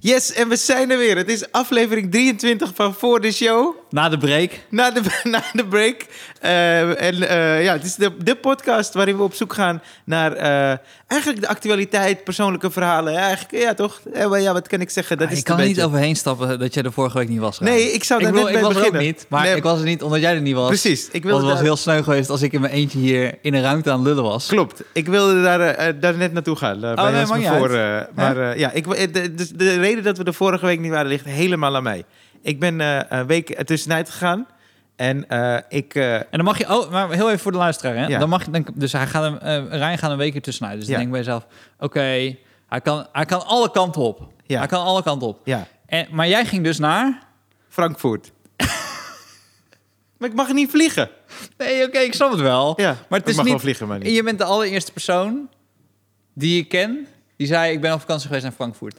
Yes, en we zijn er weer. Het is aflevering 23 van Voor de Show. Na de break. Na de, na de break. Eh, en eh, ja, het is de, de podcast waarin we op zoek gaan naar eh, eigenlijk de actualiteit, persoonlijke verhalen. Ja, eigenlijk, ja toch? Eh, maar ja, wat kan ik zeggen? Dat Ah, is ik het kan een er niet beetje. overheen stappen eh, dat jij er vorige week niet was. Nee, ik zou daar wil- net mee ik was er beginnen. ook niet, maar Nee. ik was er niet omdat jij er niet was. Precies. Ik Ik Want wilde het was daar- heel sneu geweest als ik in mijn eentje hier in een ruimte aan het lullen was. Klopt. Ik wilde daar, eh, eh, daar net naartoe gaan. eh, bij nee, Hans maakt niet Mevor, eh, maar eh, ja, ik, eh, de, dus de reden dat we de vorige week niet waren ligt helemaal aan mij. Ik ben eh, een week ertussenuit gegaan. En eh, ik... eh, En dan mag je, oh, maar heel even voor de luisteraar. Hè? Ja. Dan mag je, dan, dus hij gaat hem, eh, Rijn gaat een week ertussenuit. Dus Ja. dan denk ik bij jezelf, oké, hij, kan, hij kan alle kanten op. Ja. Hij kan alle kanten op. ja, En, maar jij ging dus naar... Frankfurt. maar ik mag niet vliegen. Nee, oké, ik snap het wel. Ja, maar ik het is mag niet... wel vliegen, maar niet. En je bent de allereerste persoon die ik ken... die zei, ik ben op vakantie geweest naar Frankfurt.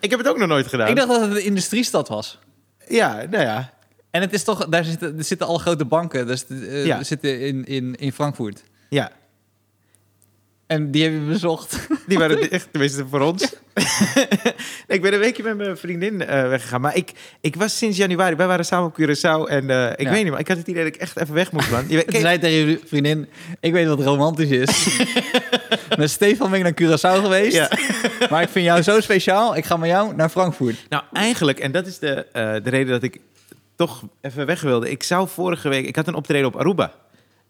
Ik heb het ook nog nooit gedaan. Ik dacht dat het een industriestad was. Ja, nou ja. En het is toch, daar zitten, er zitten alle grote banken. Dus, eh, Ja. zitten in, in, in Frankfurt. Ja, En die hebben we bezocht. die waren echt, tenminste voor ons. ik ben een weekje met mijn vriendin eh, weggegaan. Maar ik, ik was sinds januari, wij waren samen op Curaçao. En eh, ik Ja. weet niet, maar ik had het idee dat ik echt even weg moest, man. Je weet- Toen zei ik tegen je vriendin, ik weet wat romantisch is. Met Stefan ben ik naar Curaçao geweest. Ja. Maar ik vind jou zo speciaal. Ik ga met jou naar Frankfurt. Nou, eigenlijk, en dat is de, eh, de reden dat ik toch even weg wilde. Ik zou vorige week, ik had een optreden op Aruba.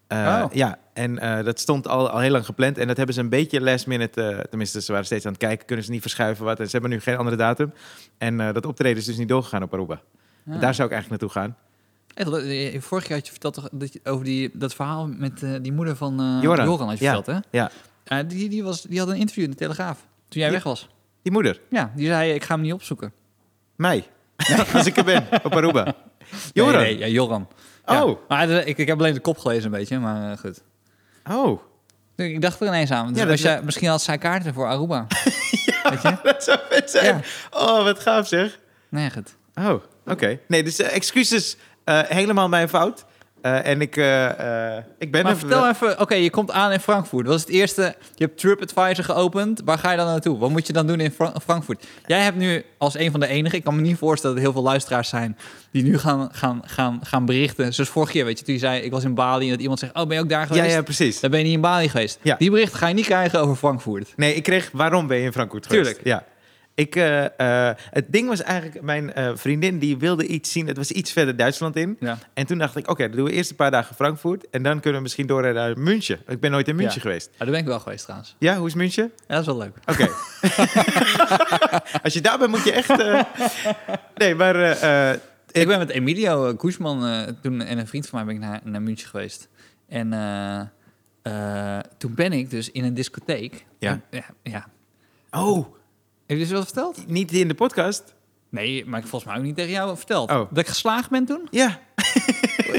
Eh, Oh. Ja, en eh, dat stond al, al heel lang gepland. En dat hebben ze een beetje last minute, eh, tenminste ze waren steeds aan het kijken, kunnen ze niet verschuiven wat. En ze hebben nu geen andere datum. En eh, dat optreden is dus niet doorgegaan op Aruba. Ja. Daar zou ik eigenlijk naartoe gaan. Ah. Echt, eh, vorig jaar had je verteld toch dat je- over die, dat verhaal met eh, die moeder van eh, Joran. Joran. had je Ja. verteld, hè? Ja. Eh, die, die, was, die had een interview in de Telegraaf toen jij Ja. weg was. Die moeder, Ja, die zei, ik ga hem niet opzoeken. mij, als ik er ben, op Aruba. Joran, Nee, nee, ja, Joran. Ja. Oh. Maar eh, ik, ik heb alleen de kop gelezen een beetje, maar eh, goed. oh, Ik dacht er ineens aan. Dus Ja, dat als is- jij- misschien had zij kaarten voor Aruba. Weet je? dat zou vet zijn. Ja. Oh, wat gaaf zeg. Nee, goed. Oh, oké. Nee, dus eh, excuses. eh, helemaal mijn fout. Eh, en ik, eh, eh, ik ben maar er- vertel even, oké, je komt aan in Frankfurt. Wat is het eerste? Je hebt TripAdvisor geopend. Waar ga je dan naartoe? Wat moet je dan doen in Fra- Frankfurt? Jij hebt nu als een van de enigen, ik kan me niet voorstellen dat er heel veel luisteraars zijn die nu gaan, gaan, gaan, gaan berichten. Zoals vorig jaar, weet je, toen je zei, ik was in Bali en dat iemand zegt, oh, ben je ook daar Ja, geweest? ja, precies. Dan ben je niet in Bali geweest. Ja. Die berichten ga je niet krijgen over Frankfurt. Nee, ik kreeg waarom ben je in Frankfurt geweest? Tuurlijk. Ja. Ik, eh, eh, het ding was eigenlijk, mijn eh, vriendin die wilde iets zien. Het was iets verder Duitsland in. Ja. En toen dacht ik, oké, dan doen we eerst een paar dagen Frankfurt. En dan kunnen we misschien door naar München. Ik ben nooit in München Ja. geweest. daar ben ik wel geweest trouwens. Ja, hoe is München? Ja, dat is wel leuk. Oké. Als je daar bent, moet je echt... eh, Nee, maar... eh, eh, Ik ben met Emilio eh, Koesman toen en een vriend van mij ben ik naar, naar München geweest. En eh, eh, toen ben ik dus in een discotheek. Ja. En- ja, ja. oh, Heb je dus wel verteld? niet in de podcast? Nee, maar ik volgens mij ook niet tegen jou verteld. Oh. Dat ik geslaagd ben toen? Ja,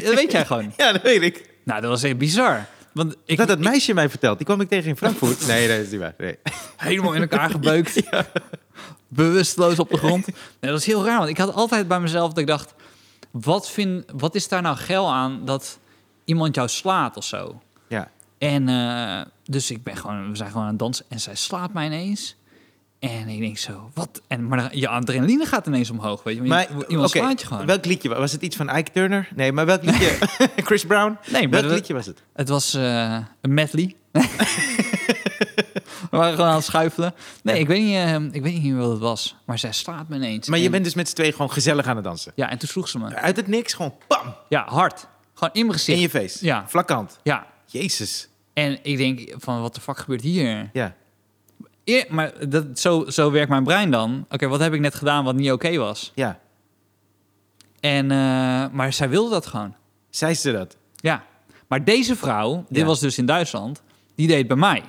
dat weet jij gewoon. ja dat weet ik. Nou, dat was echt bizar. Want ik dat dat meisje mij vertelt. Die kwam ik tegen in Frankfurt. nee, dat is niet waar. Nee. helemaal in elkaar gebeukt. Bewusteloos op de grond. Nee, dat was heel raar, want ik had altijd bij mezelf dat ik dacht... Wat, vind, wat is daar nou geil aan dat iemand jou slaat of zo? Ja. En eh, dus ik ben gewoon, we zijn gewoon aan het dansen en zij slaat mij ineens. En ik denk zo, wat? En, maar dan- je adrenaline gaat ineens omhoog, weet je. want Maar, je- iemand oké, slaat je gewoon. Welk liedje? Was het iets van Ike Turner? Nee, maar welk liedje? Chris Brown? nee, maar welk dat- liedje was het? Het was eh, een medley. we waren gewoon aan het schuifelen. Nee, ik weet niet, eh, ik weet niet wat het was. Maar zij slaat me ineens. Maar je En- bent dus met z'n tweeën gewoon gezellig aan het dansen. Ja, en toen sloeg ze me. Uit het niks, gewoon pam! Ja, hard. Gewoon in mijn gezicht. In je face. Ja. Vlakke hand. Ja. Jezus. En ik denk van, wat de fuck gebeurt hier? Ja. Eer- maar dat, zo, zo werkt mijn brein dan. Oké, wat heb ik net gedaan wat niet oké was? Ja. En, eh, maar zij wilde dat gewoon. Zei ze dat? Ja. Maar deze vrouw, dit Ja. was dus in Duitsland, die deed het bij mij.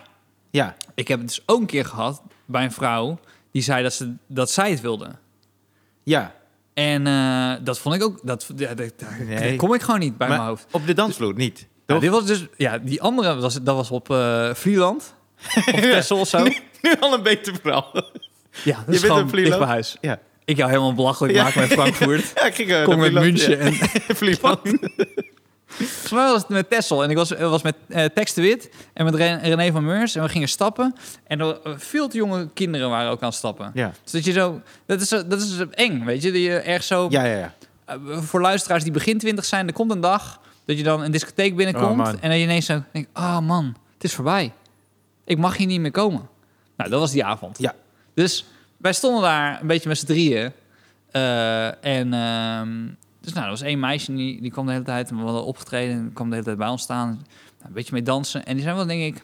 Ja. Ik heb het dus ook een keer gehad bij een vrouw die zei dat, ze, dat zij het wilde. Ja. En eh, dat vond ik ook, dat, ja, dat- daar, Nee. daar kom ik gewoon niet bij maar mijn hoofd. op de dansvloer niet. Ja, Toch? dit was dus, ja, die andere, was, dat was op eh Vlieland. Of Texel of zo. nu al een beter verhaal. Ja, dat bent is gewoon op Vlieland? dicht bij huis. ja. Ik jou helemaal belachelijk Ja. maken met Frankfurt. ja ik ging, eh, Kom naar met Vlieland. München en Ja. Vlieland. Volgens mij was het met Tessel. En ik was, was met eh Tex de Wit en met Ren- René van Meurs. En we gingen stappen. En er, eh, veel te jonge kinderen waren ook aan het stappen. Ja. Dus dat je zo... Dat is, dat is eng, weet je. Dat je erg zo... Ja, ja, ja. Eh, voor luisteraars die begin twintig zijn, er komt een dag dat je dan een discotheek Oh, binnenkomt man. en dat je ineens zo denkt, ah man, het is voorbij. Ik mag hier niet meer komen. Nou, dat was die avond. Ja. Dus wij stonden daar een beetje met z'n drieën. eh, en ehm, dus nou, er was één meisje die, die kwam de hele tijd, en we hadden opgetreden en kwam de hele tijd bij ons staan. Nou, een beetje mee dansen. En die zijn wel, denk ik,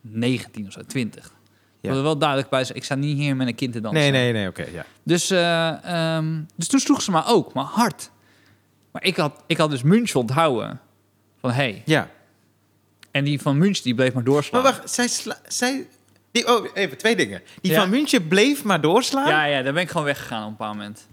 19 of zo, 20. Ja. Ja. er wel duidelijk bij, ik sta niet hier met een kind te dansen. Nee, nee, nee, oké, ja. Dus, eh, ehm, dus toen sloeg ze me ook, maar hard. Maar ik had, ik had dus Munch onthouden. Van hey. Ja. En die van Munch die bleef maar Maar doorslaan. wacht, zij... Sla, zij die, oh, even, twee dingen. Die Ja. van München bleef maar doorslaan. Ja, ja, daar ben ik gewoon weggegaan op een bepaald moment.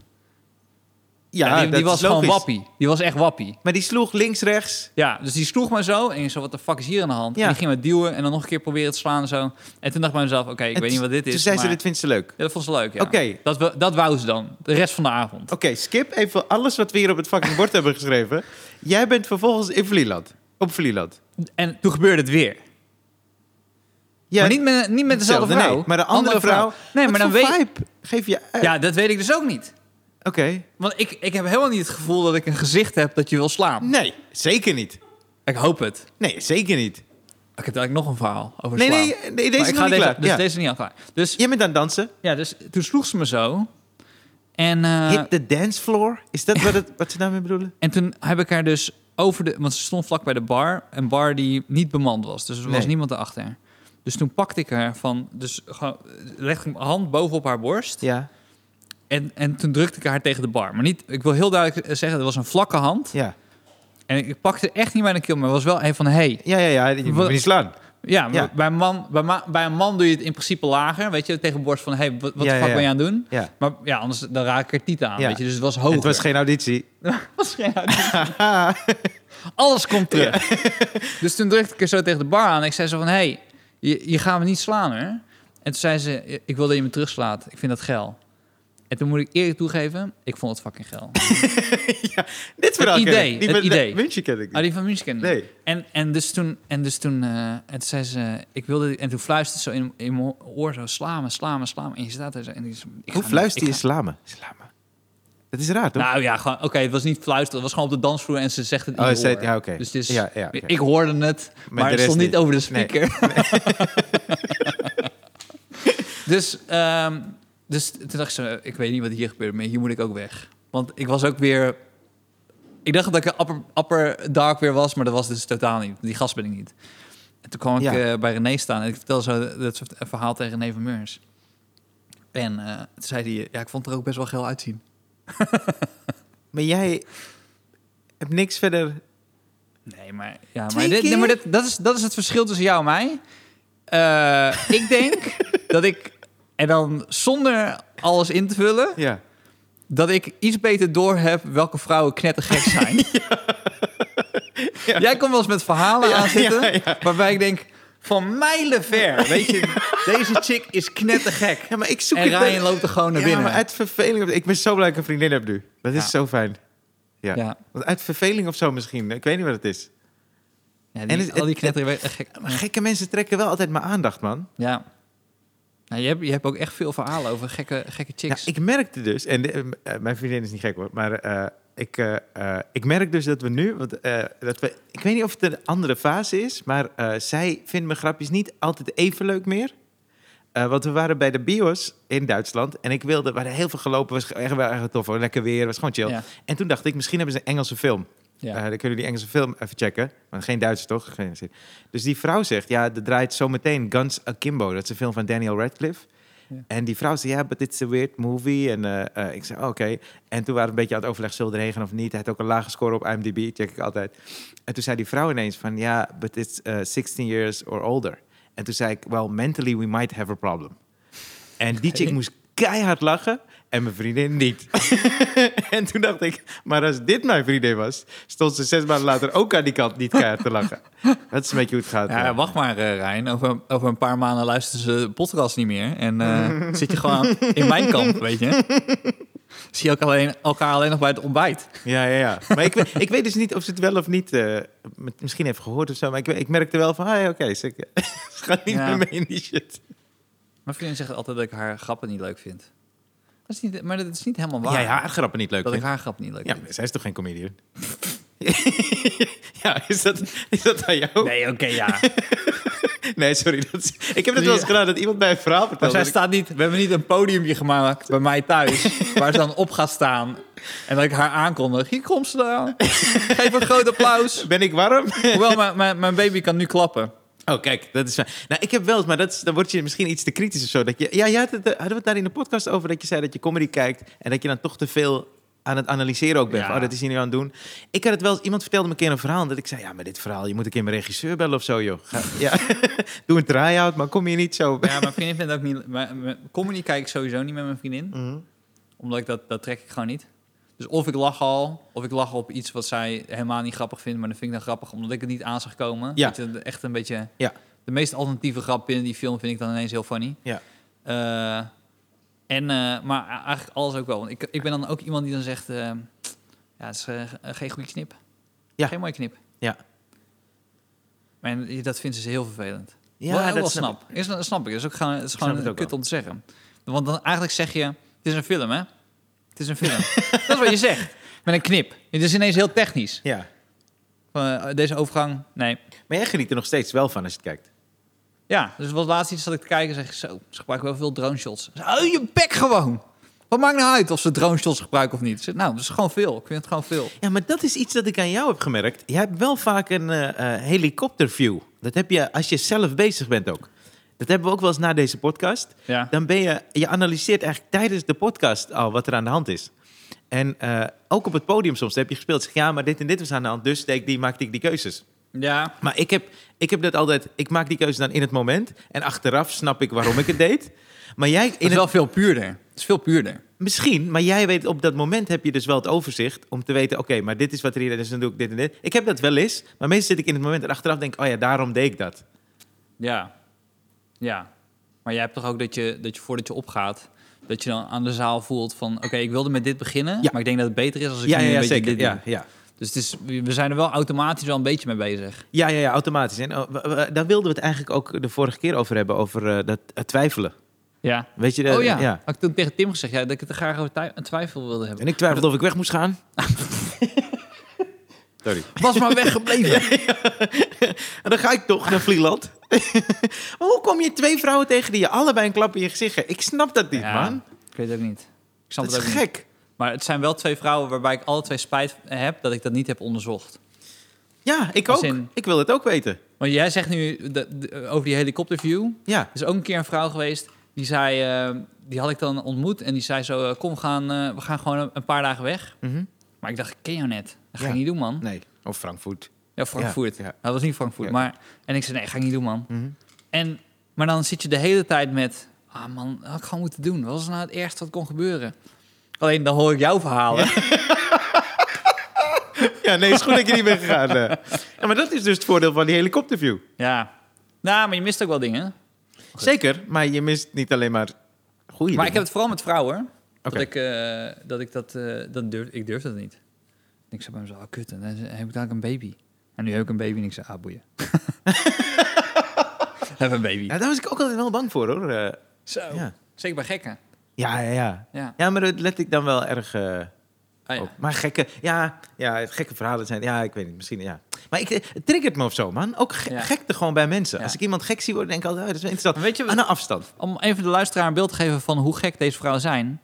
Ja, Ja, die dat die was is logisch. gewoon wappie. Die was echt wappie. Maar die sloeg links, rechts. Ja, dus die sloeg me zo. En ik zo, wat de fuck is hier aan de hand? Ja. En die ging me duwen en dan nog een keer proberen te slaan en zo. En toen dacht ik bij mezelf, oké, ik En weet niet wat dit is. Toen zei ze, maar- dit vindt ze leuk. Ja, dat vond ze leuk, ja. Oké. Dat, we- dat wou ze dan. De rest van de avond. Oké, skip even alles wat we hier op het fucking bord hebben geschreven. Jij bent vervolgens in Vlieland. Op Vlieland. En toen gebeurde het weer. Ja, maar niet met, niet met dezelfde hetzelfde, vrouw. Nee, maar de andere, vrouw... Nee, maar dan weet weet... vibe geef je uit? Ja, dat weet ik dus ook niet. Oké. Want ik, ik heb helemaal niet het gevoel dat ik een gezicht heb dat je wil slaan. Nee, zeker niet. Ik hoop het. Nee, zeker niet. Ik heb eigenlijk nog een verhaal over Nee, slaan. nee, nee, deze Maar is ik nog ga niet deze, klaar. Dus ja. deze is niet al klaar. Dus, Jij bent aan het dansen. ja, dus toen sloeg ze me zo. En, eh, Hit the dance floor. Is dat wat, het, wat ze daarmee bedoelen? en toen heb ik haar dus over de... Want ze stond vlak bij de bar. Een bar die niet bemand was. Dus er was Nee. niemand erachter. Dus toen pakte ik haar van... Dus gewoon- legde ik mijn hand bovenop haar borst. Ja. En, en toen drukte ik haar tegen de bar. Maar niet... Ik wil heel duidelijk eh, zeggen, het was een vlakke hand. Ja, En ik ik pakte echt niet bij de keel. Maar het was wel een van... Hey, ja, ja. ja. Je moet Wat- me niet slaan. Ja, maar Ja. Bij, een man, bij, ma- bij een man doe je het in principe lager. Weet je, tegen borst van, hey, wat, Ja, wat de ja, fuck ja. ben je aan het doen? Ja. Maar ja, anders dan raak ik er tieten aan, Ja. weet je. Dus het was hoger. Het was geen auditie. Was geen uitdaging. Alles komt terug. dus toen drukte ik er zo tegen de bar aan. Ik zei zo van, hey, je, je gaat me niet slaan, hè? En toen zei ze, ik wil dat je me terugslaat. Ik vind dat geil. En toen moet ik eerlijk toegeven, ik vond het fucking geil. Dit verhaal ken idee, ik. Die het met- idee. München ken ik Ah, niet. die van München ken ik Nee. niet. En, en dus toen, en dus toen eh, en toen zei ze, ik wilde, en toen fluisterde ze zo in, in mijn oor zo, sla me, sla me, sla me. En je staat daar zo. En ik, zo, ik Hoe ga fluister niet- je ik ga- slamen? Slamen. Dat is raar, toch? Nou ja, gewoon, oké, het was niet fluisteren, het was gewoon op de dansvloer en ze zegt het in Oh, je ze- oor. ja, oké. Dus het is- Ja, ja, oké. ik hoorde het, maar, de het rest stond niet niet. over de Nee. speaker. dus, ehm, dus toen dacht ik zo, ik weet niet wat hier gebeurt, maar hier moet ik ook weg. Want ik was ook weer... Ik dacht dat ik een upper, upper dark weer was, maar dat was dus totaal niet. Die gast ben ik niet. En toen kwam ik Ja. eh, bij René staan en ik vertelde zo dat soort een verhaal tegen René van Meurs. En eh, toen zei hij, ja, ik vond het er ook best wel geil uitzien. Maar jij hebt niks verder... Nee, maar, ja, maar, Twee dit, nee, keer? maar dit- dat, is, dat is het verschil tussen jou en mij. Eh, ik denk dat ik, en dan zonder alles in te vullen, Ja. dat ik iets beter doorheb welke vrouwen knettergek zijn. Jij komt wel eens met verhalen aanzitten, waarbij ik denk, van mijlenver, weet je, deze chick is knettergek. Ja, maar ik zoek En het... Ryan loopt er gewoon naar Ja, binnen. maar uit verveling... Ik ben zo blij dat ik een vriendin heb nu. Dat is Ja. zo fijn. Ja. Ja. Want uit verveling of zo misschien. Ik weet niet wat het is. Ja, En die, het- al die knettergek. Maar gekke mensen trekken wel altijd mijn aandacht, man. Ja. Nou, je, hebt, je hebt ook echt veel verhalen over gekke, gekke Ja, chicks. ik merkte dus, en eh, m- eh, mijn vriendin is niet gek hoor, maar eh, ik, eh, eh, ik merk dus dat we nu, want, eh, dat we, ik weet niet of het een andere fase is, maar eh, zij vindt mijn grapjes niet altijd even leuk meer. Eh, want we waren bij de bios in Duitsland en ik wilde, we hadden heel veel gelopen, was echt wel erg tof hoor, lekker weer, was gewoon chill. Ja. En toen dacht ik, misschien hebben ze een Engelse film. Ja. Eh, dan kunnen jullie die Engelse film even checken. Want geen Duits toch? Geen zin. Dus die vrouw zegt, ja, er draait zometeen Guns Akimbo. Dat is een film van Daniel Radcliffe. Ja. En die vrouw zei, ja, but it's a weird movie. En eh, eh, ik zei, oh, oké. En toen waren we een beetje aan het overleg, zullen we er heen gaan of niet? Hij had ook een lage score op IMDb, check ik altijd. En toen zei die vrouw ineens van, ja, but it's eh, 16 years or older. En toen zei ik, well, mentally we might have a problem. En die chick Oké. moest keihard lachen en mijn vriendin niet. en toen dacht ik, maar als dit mijn vriendin was, stond ze zes maanden later ook aan die kant niet keihard te lachen. Dat is een beetje hoe het gaat. Ja, ja. wacht maar, eh, Rijn. Over, over een paar maanden luisteren ze de podcast niet meer. En eh, zit je gewoon in mijn kamp, weet je. Zie je ook alleen, elkaar alleen nog bij het ontbijt. Ja, ja, ja. Maar ik, weet- ik weet dus niet of ze het wel of niet eh, met- misschien heeft gehoord of zo. Maar ik, ik merkte wel van, ah ja, oké, ze, ze gaan niet Ja. meer mee in die shit. Mijn vriendin zegt altijd dat ik haar grappen niet leuk vind. Dat is niet, maar dat is niet helemaal waar. Jij haar grappen niet leuk dat ik vindt. haar grap niet leuk Ja, vind. maar zij is toch geen comedian? ja, is dat, is dat aan jou? Nee, Nee, oké, ja. sorry. Dat is- ik heb het wel eens gedaan dat iemand mij een verhaal Maar vertelde. zij dat ik- staat niet, we hebben niet een podiumje gemaakt bij mij thuis, waar ze dan op gaat staan. En dat ik haar aankondig, hier komt ze dan. Geef een groot applaus. Ben ik warm? Hoewel, mijn, mijn, mijn baby kan nu klappen. Oh, kijk, dat is. Nou, ik heb wel eens, maar dat is, dan word je misschien iets te kritisch of zo. Dat je, ja, jij had het, eh, hadden we het daar in de podcast over dat je zei dat je comedy kijkt en dat je dan toch te veel aan het analyseren ook bent. Ja. Van, Oh, dat is hier nu aan het doen. Ik had het wel eens, iemand vertelde me een keer een verhaal en dat ik zei, ja, maar dit verhaal, je moet een keer mijn regisseur bellen of zo, joh. Ga- ja. Doe een try-out, maar kom hier niet zo. Ja, mijn vriendin vindt ook niet... Mijn, mijn- comedy kijk ik sowieso niet met mijn vriendin. Mhm. Omdat ik dat, dat trek ik gewoon niet. Dus of ik lach al, of ik lach op iets wat zij helemaal niet grappig vindt. Maar dat vind ik dan grappig, omdat ik het niet aan zag komen. Ja. Weet je, echt een beetje... Ja. De meest alternatieve grap binnen die film vind ik dan ineens heel funny. Ja. Eh, en, eh, maar eigenlijk alles ook wel. Want ik, ik ben dan ook iemand die dan zegt... eh, ja, het is eh, geen goede knip. Ja. Geen mooie knip. Ja. Maar en dat vindt ze heel vervelend. Ja, Ja, dat dat wel snap snap. Is, dat snap ik. Dat is ook gewoon, het is snap gewoon het ook kut wel. om te zeggen. Want dan eigenlijk zeg je, het is een film, hè? Het is een film. dat is wat je zegt. Met een knip. Het is ineens heel technisch. Ja. Van, eh, deze overgang, nee. Maar jij geniet er nog steeds wel van als je het kijkt. Ja, dus wat laatst iets zat ik te kijken en zeg ik zo, ze gebruiken wel veel drone shots. Hou je bek gewoon! Wat maakt nou uit of ze drone shots gebruiken of niet? Ik zeg, nou, dat is gewoon veel. Ik vind het gewoon veel. Ja, maar dat is iets dat ik aan jou heb gemerkt. Jij hebt wel vaak een eh, eh, helikopterview. Dat heb je als je zelf bezig bent ook. Dat hebben we ook wel eens na deze podcast. Ja. Dan ben je, je analyseert eigenlijk tijdens de podcast al wat er aan de hand is. En eh, ook op het podium soms heb je gespeeld. Zeg, ja, maar dit en dit was aan de hand, dus deed ik die, maakte ik die keuzes. Ja. Maar ik heb, ik heb dat altijd, ik maak die keuze dan in het moment. En achteraf snap ik waarom ik het deed. Maar jij, in Het is het- wel veel puurder. Het is veel puurder. Misschien, maar jij weet op dat moment heb je dus wel het overzicht om te weten: oké, maar dit is wat er hier is, dan doe ik dit en dit. Ik heb dat wel eens, maar meestal zit ik in het moment en achteraf denk ik: oh ja, daarom deed ik dat. Ja. Ja. Maar jij hebt toch ook dat je, dat je voordat je opgaat, dat je dan aan de zaal voelt van, oké, ik wilde met dit beginnen, Ja. maar ik denk dat het beter is als ik Ja, nu ja, een ja beetje zeker. dit Ja, doe. ja. Dus het is, we zijn er wel automatisch wel een beetje mee bezig. Ja, ja, ja, automatisch. En oh, we- we- daar wilden we het eigenlijk ook de vorige keer over hebben: over eh, dat eh, twijfelen. Ja. Weet je, eh, oh ja. Had ik toen tegen Tim gezegd ja, dat ik het er graag over twi- een twijfel wilde hebben. En ik twijfelde of ik weg moest gaan. Sorry. Was maar weggebleven. En dan ga ik toch naar Vlieland. maar hoe kom je twee vrouwen tegen die je allebei een klap in je gezicht geven? Ik snap dat niet, man. Ik weet het ook niet. Ik snap Dat is het ook niet. gek. Maar het zijn wel twee vrouwen waarbij ik alle twee spijt heb dat ik dat niet heb onderzocht. Ja, ik Als ook. in- Ik wil het ook weten. Want jij zegt nu dat- de- over die helikopterview. Ja. Er is ook een keer een vrouw geweest, die zei, eh, die had ik dan ontmoet. En die zei zo, eh, kom, we gaan, eh, we gaan gewoon een, een paar dagen weg. Maar ik dacht, ik ken jou net. Dat Mhm. ga Ja. ik niet doen, man. Nee. Of Frankfurt. Ja, Frankfurt. Ja, ja. Nou, dat was niet Frankfurt. Ja. Mhm. Maar, en ik zei, nee, ga ik niet doen, man. En, maar dan zit je de hele tijd met... Ah man, dat had ik gewoon moeten doen. Wat was nou het ergste wat kon gebeuren? Alleen dan hoor ik jouw verhalen. Ja, nee, is goed dat je niet bent gegaan. eh. Ja, maar dat is dus het voordeel van die helikopterview. Ja. Nou, maar je mist ook wel dingen. Zeker, maar je mist niet alleen maar goede Maar ik heb het vooral met vrouwen. hoor. Dat, Oké. ik, eh, dat ik dat... eh, dat durf, ik durf dat niet. Ik zei bij mezelf, ah, kut, en dan heb ik dadelijk een baby. En nu heb ik een baby en ik zei, ah, boeien. heb een baby. Ja, daar was ik ook altijd wel bang voor, hoor. eh. Zo. Ja. Zeker bij gekken. ja, ja, ja. Ja. Ja, maar dat let ik dan wel erg eh, Ah, ja. op. Maar gekke, ja, ja, gekke verhalen zijn... Ja, ik weet niet, misschien, ja. Maar ik, eh, het triggert me of zo, man. Ook ge Ja. gekte gewoon bij mensen. Ja. Als ik iemand gek zie worden, denk ik altijd... Oh, dat is wel Maar interessant. weet je wat- Aan een afstand. om even de luisteraar een beeld te geven van hoe gek deze vrouwen zijn.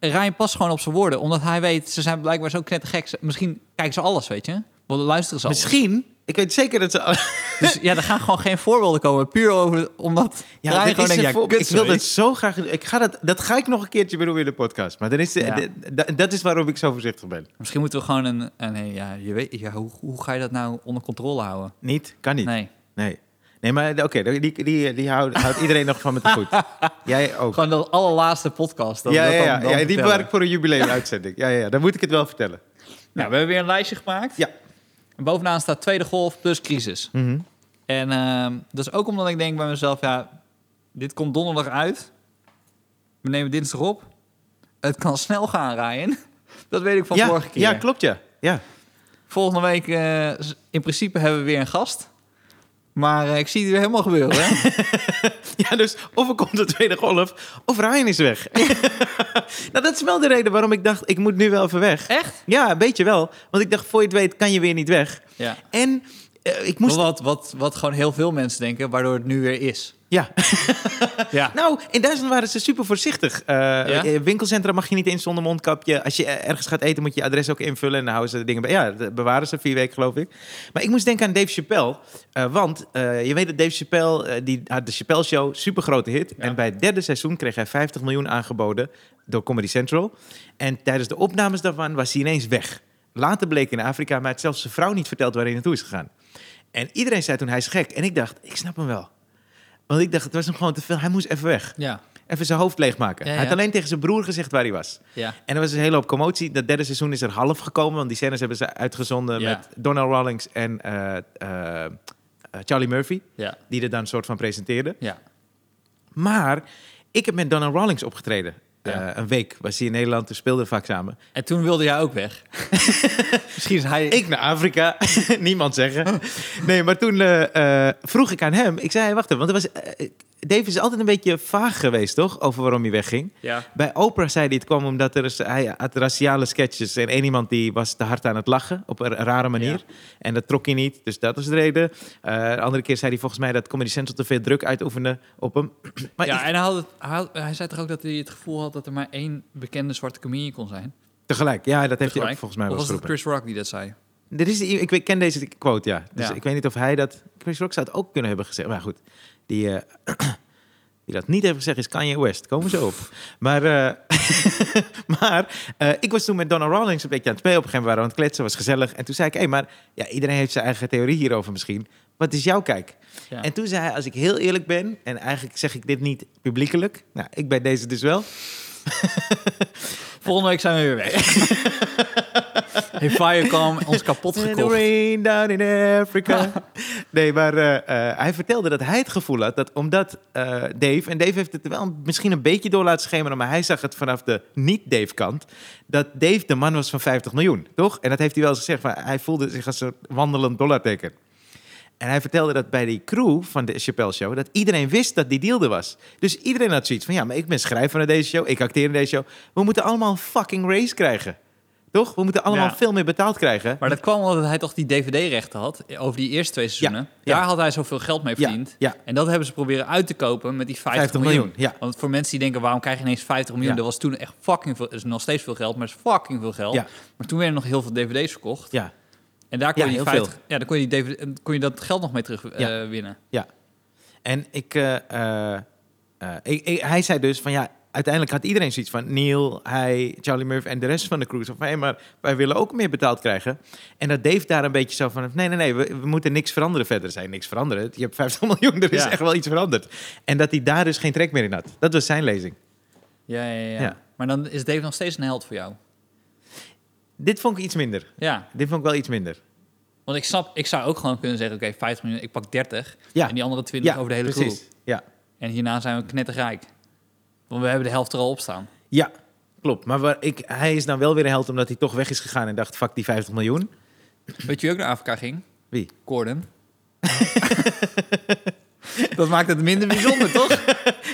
Ryan past gewoon op zijn woorden, omdat hij weet, ze zijn blijkbaar zo knettergek. Ze- Misschien kijken ze alles, weet je? Want luisteren ze alles. Misschien... Ik weet zeker dat ze... Dus ja, er gaan gewoon geen voorbeelden komen. Puur over, omdat Ryan dit is gewoon denkt, ja, een voor- kut, ik wil sorry. dat zo graag. doen. Ik ga dat, dat ga ik nog een keertje bedoelen in de podcast. Maar dan is de- Ja. de- da- dat is waarom ik zo voorzichtig ben. Misschien moeten we gewoon een... een nee, ja, je weet, ja, hoe, hoe ga je dat nou onder controle houden? Niet? Kan niet. Nee. Nee, Nee, maar eh, oké, die, die, die houdt, houdt iedereen nog van met de voet. Jij ook. gewoon de allerlaatste podcast. dat we ja, dat ja, dan- ja, dan ja, die vertellen. bewaar ik voor een jubileumuitzending. Ja, ja, ja, dan moet ik het wel vertellen. Nou, we hebben weer een lijstje gemaakt. Ja. En bovenaan staat tweede golf plus crisis. En ehm, dat is ook omdat ik denk bij mezelf, ja, dit komt donderdag uit. We nemen dinsdag op. het kan snel gaan, Ryan. Dat weet ik van ja, vorige keer. Ja, klopt ja. ja. Volgende week, eh, s- in principe, hebben we weer een gast. Maar eh, ik zie het weer helemaal gebeuren. Hè? Ja, dus of er komt een tweede golf, of Ryan is weg. nou, dat is wel de reden waarom ik dacht, ik moet nu wel even weg. Echt? Ja, een beetje wel. Want ik dacht, voor je het weet, kan je weer niet weg. Ja. En eh, ik moest... Wat, wat, wat gewoon heel veel mensen denken, waardoor het nu weer is. Ja. Ja. Nou, in Duitsland waren ze super voorzichtig. Eh, eh, Winkelcentra mag je niet in zonder mondkapje. Als je eh, ergens gaat eten, moet je je adres ook invullen. En dan houden ze de dingen bij. Ja, dat bewaren ze vier weken, geloof ik. Maar ik moest denken aan Dave Chappelle. eh, want eh, je weet dat Dave Chappelle, eh, die had de Chappelle Show, super grote hit. Ja. En bij het derde seizoen kreeg hij 50 miljoen aangeboden door Comedy Central. En tijdens de opnames daarvan was hij ineens weg. Later bleek in Afrika, maar hij had zelfs zijn vrouw niet verteld waar hij naartoe is gegaan. En iedereen zei toen, hij is gek. En ik dacht, ik snap hem wel. Want ik dacht, het was hem gewoon te veel. Hij moest even weg. Ja. Even zijn hoofd leegmaken. Ja, Hij had ja. alleen tegen zijn broer gezegd waar hij was. Ja. En er was een hele hoop commotie. Dat derde seizoen is er half gekomen. Want die scènes hebben ze uitgezonden Ja. met Donald Rawlings en eh, eh, eh, Charlie Murphy. Ja. Die er dan een soort van presenteerden. Ja. Maar ik heb met Donald Rawlings opgetreden. Ja. Eh, een week was hij in Nederland. Toen speelden we vaak samen. En toen wilde jij ook weg. Misschien is hij... Ik naar Afrika. Niemand zeggen. Nee, maar toen eh, eh, vroeg ik aan hem. Ik zei, "Hey, wacht even. Want er was, eh, Dave is altijd een beetje vaag geweest, toch? Over waarom hij wegging. Ja. Bij Oprah zei hij het kwam omdat er, is- hij had raciale sketches. En één iemand die was te hard aan het lachen op een rare manier. En dat trok hij niet, dus dat is de reden. Eh de andere keer zei hij volgens mij dat Comedy Central te veel druk uitoefende op hem. Maar ja, ik- en hij, had het, hij, had- hij zei toch ook dat hij het gevoel had dat er maar één bekende zwarte comedian kon zijn? tegelijk, ja, dat heeft hij Tegelijk. ook volgens mij Of wel was het geroepen. Chris Rock die dat zei? Dit is, die- ik ken deze quote, ja. Dus Ja. ik weet niet of hij dat... Chris Rock zou het ook kunnen hebben gezegd, maar goed. Die, eh, die dat niet heeft gezegd is Kanye West. Komen we zo op. Maar, eh, maar eh, ik was toen met Donna Rawlings een beetje aan het spelen. Op een gegeven moment waren we aan het kletsen, was gezellig. En toen zei ik, hé, maar ja, iedereen heeft zijn eigen theorie hierover misschien. Wat is jouw kijk? Ja. En toen zei hij, als ik heel eerlijk ben... en eigenlijk zeg ik dit niet publiekelijk. Nou, ik ben deze dus wel. Volgende week zijn we weer weg. Heeft Firecom ons kapot In the gekocht? rain down in Africa. nee, maar eh, eh, hij vertelde dat hij het gevoel had dat omdat eh, Dave, en Dave heeft het wel een- misschien een beetje door laten schemeren, maar hij zag het vanaf de niet-Dave-kant, dat Dave de man was van 50 miljoen, toch? En dat heeft hij wel eens gezegd, maar hij voelde zich als een wandelend dollarteken. En hij vertelde dat bij die crew van de Chappelle Show... dat iedereen wist dat die deal er was. Dus iedereen had zoiets van... ja, maar ik ben schrijver naar deze show, ik acteer in deze show. We moeten allemaal een fucking race krijgen. Toch? We moeten allemaal Ja. veel meer betaald krijgen. Maar dat kwam omdat hij toch die DVD-rechten had over die eerste twee seizoenen. Ja, ja. Daar had hij zoveel geld mee verdiend. Ja, ja. En dat hebben ze proberen uit te kopen met die 50, 50 miljoen, miljoen. ja. Want voor mensen die denken, waarom krijg je ineens 50 miljoen? Ja. Dat was toen echt fucking veel. Dat is nog steeds veel geld, maar dat is fucking veel geld. Ja. Maar toen werden nog heel veel DVD's verkocht. Ja, En daar kon, Ja, je, die heel 50, ja, daar kon, je, die DVD, kon je dat geld nog mee Ja. terugwinnen. winnen. ja. En ik, eh, eh, eh, ik, ik- hij zei dus van ja, uiteindelijk had iedereen zoiets van Neil, hij, Charlie Murphy en de rest van de crew. Zo Van, hey, maar wij willen ook meer betaald krijgen. En dat Dave daar een beetje zo van, nee, nee, nee, we, we moeten niks veranderen verder. Zijn niks veranderen. Je hebt 50 miljoen, er is Ja. echt wel iets veranderd. En dat hij daar dus geen trek meer in had. Dat was zijn lezing. Ja, ja, ja, Ja. Maar dan is Dave nog steeds een held voor jou. Dit vond ik iets minder. Ja, Dit vond ik wel iets minder. want ik snap, ik zou ook gewoon kunnen zeggen, oké, 50 miljoen, ik pak 30. Ja. En die andere 20 over de hele groep. precies. Ja. En hierna zijn we knetterrijk. Want we hebben de helft er al op staan. Ja, klopt. Maar waar ik, hij is dan wel weer een held omdat hij toch weg is gegaan en dacht, fuck die 50 miljoen. Weet je wie ook naar Afrika ging? Wie? Gordon. dat maakt het minder bijzonder, toch?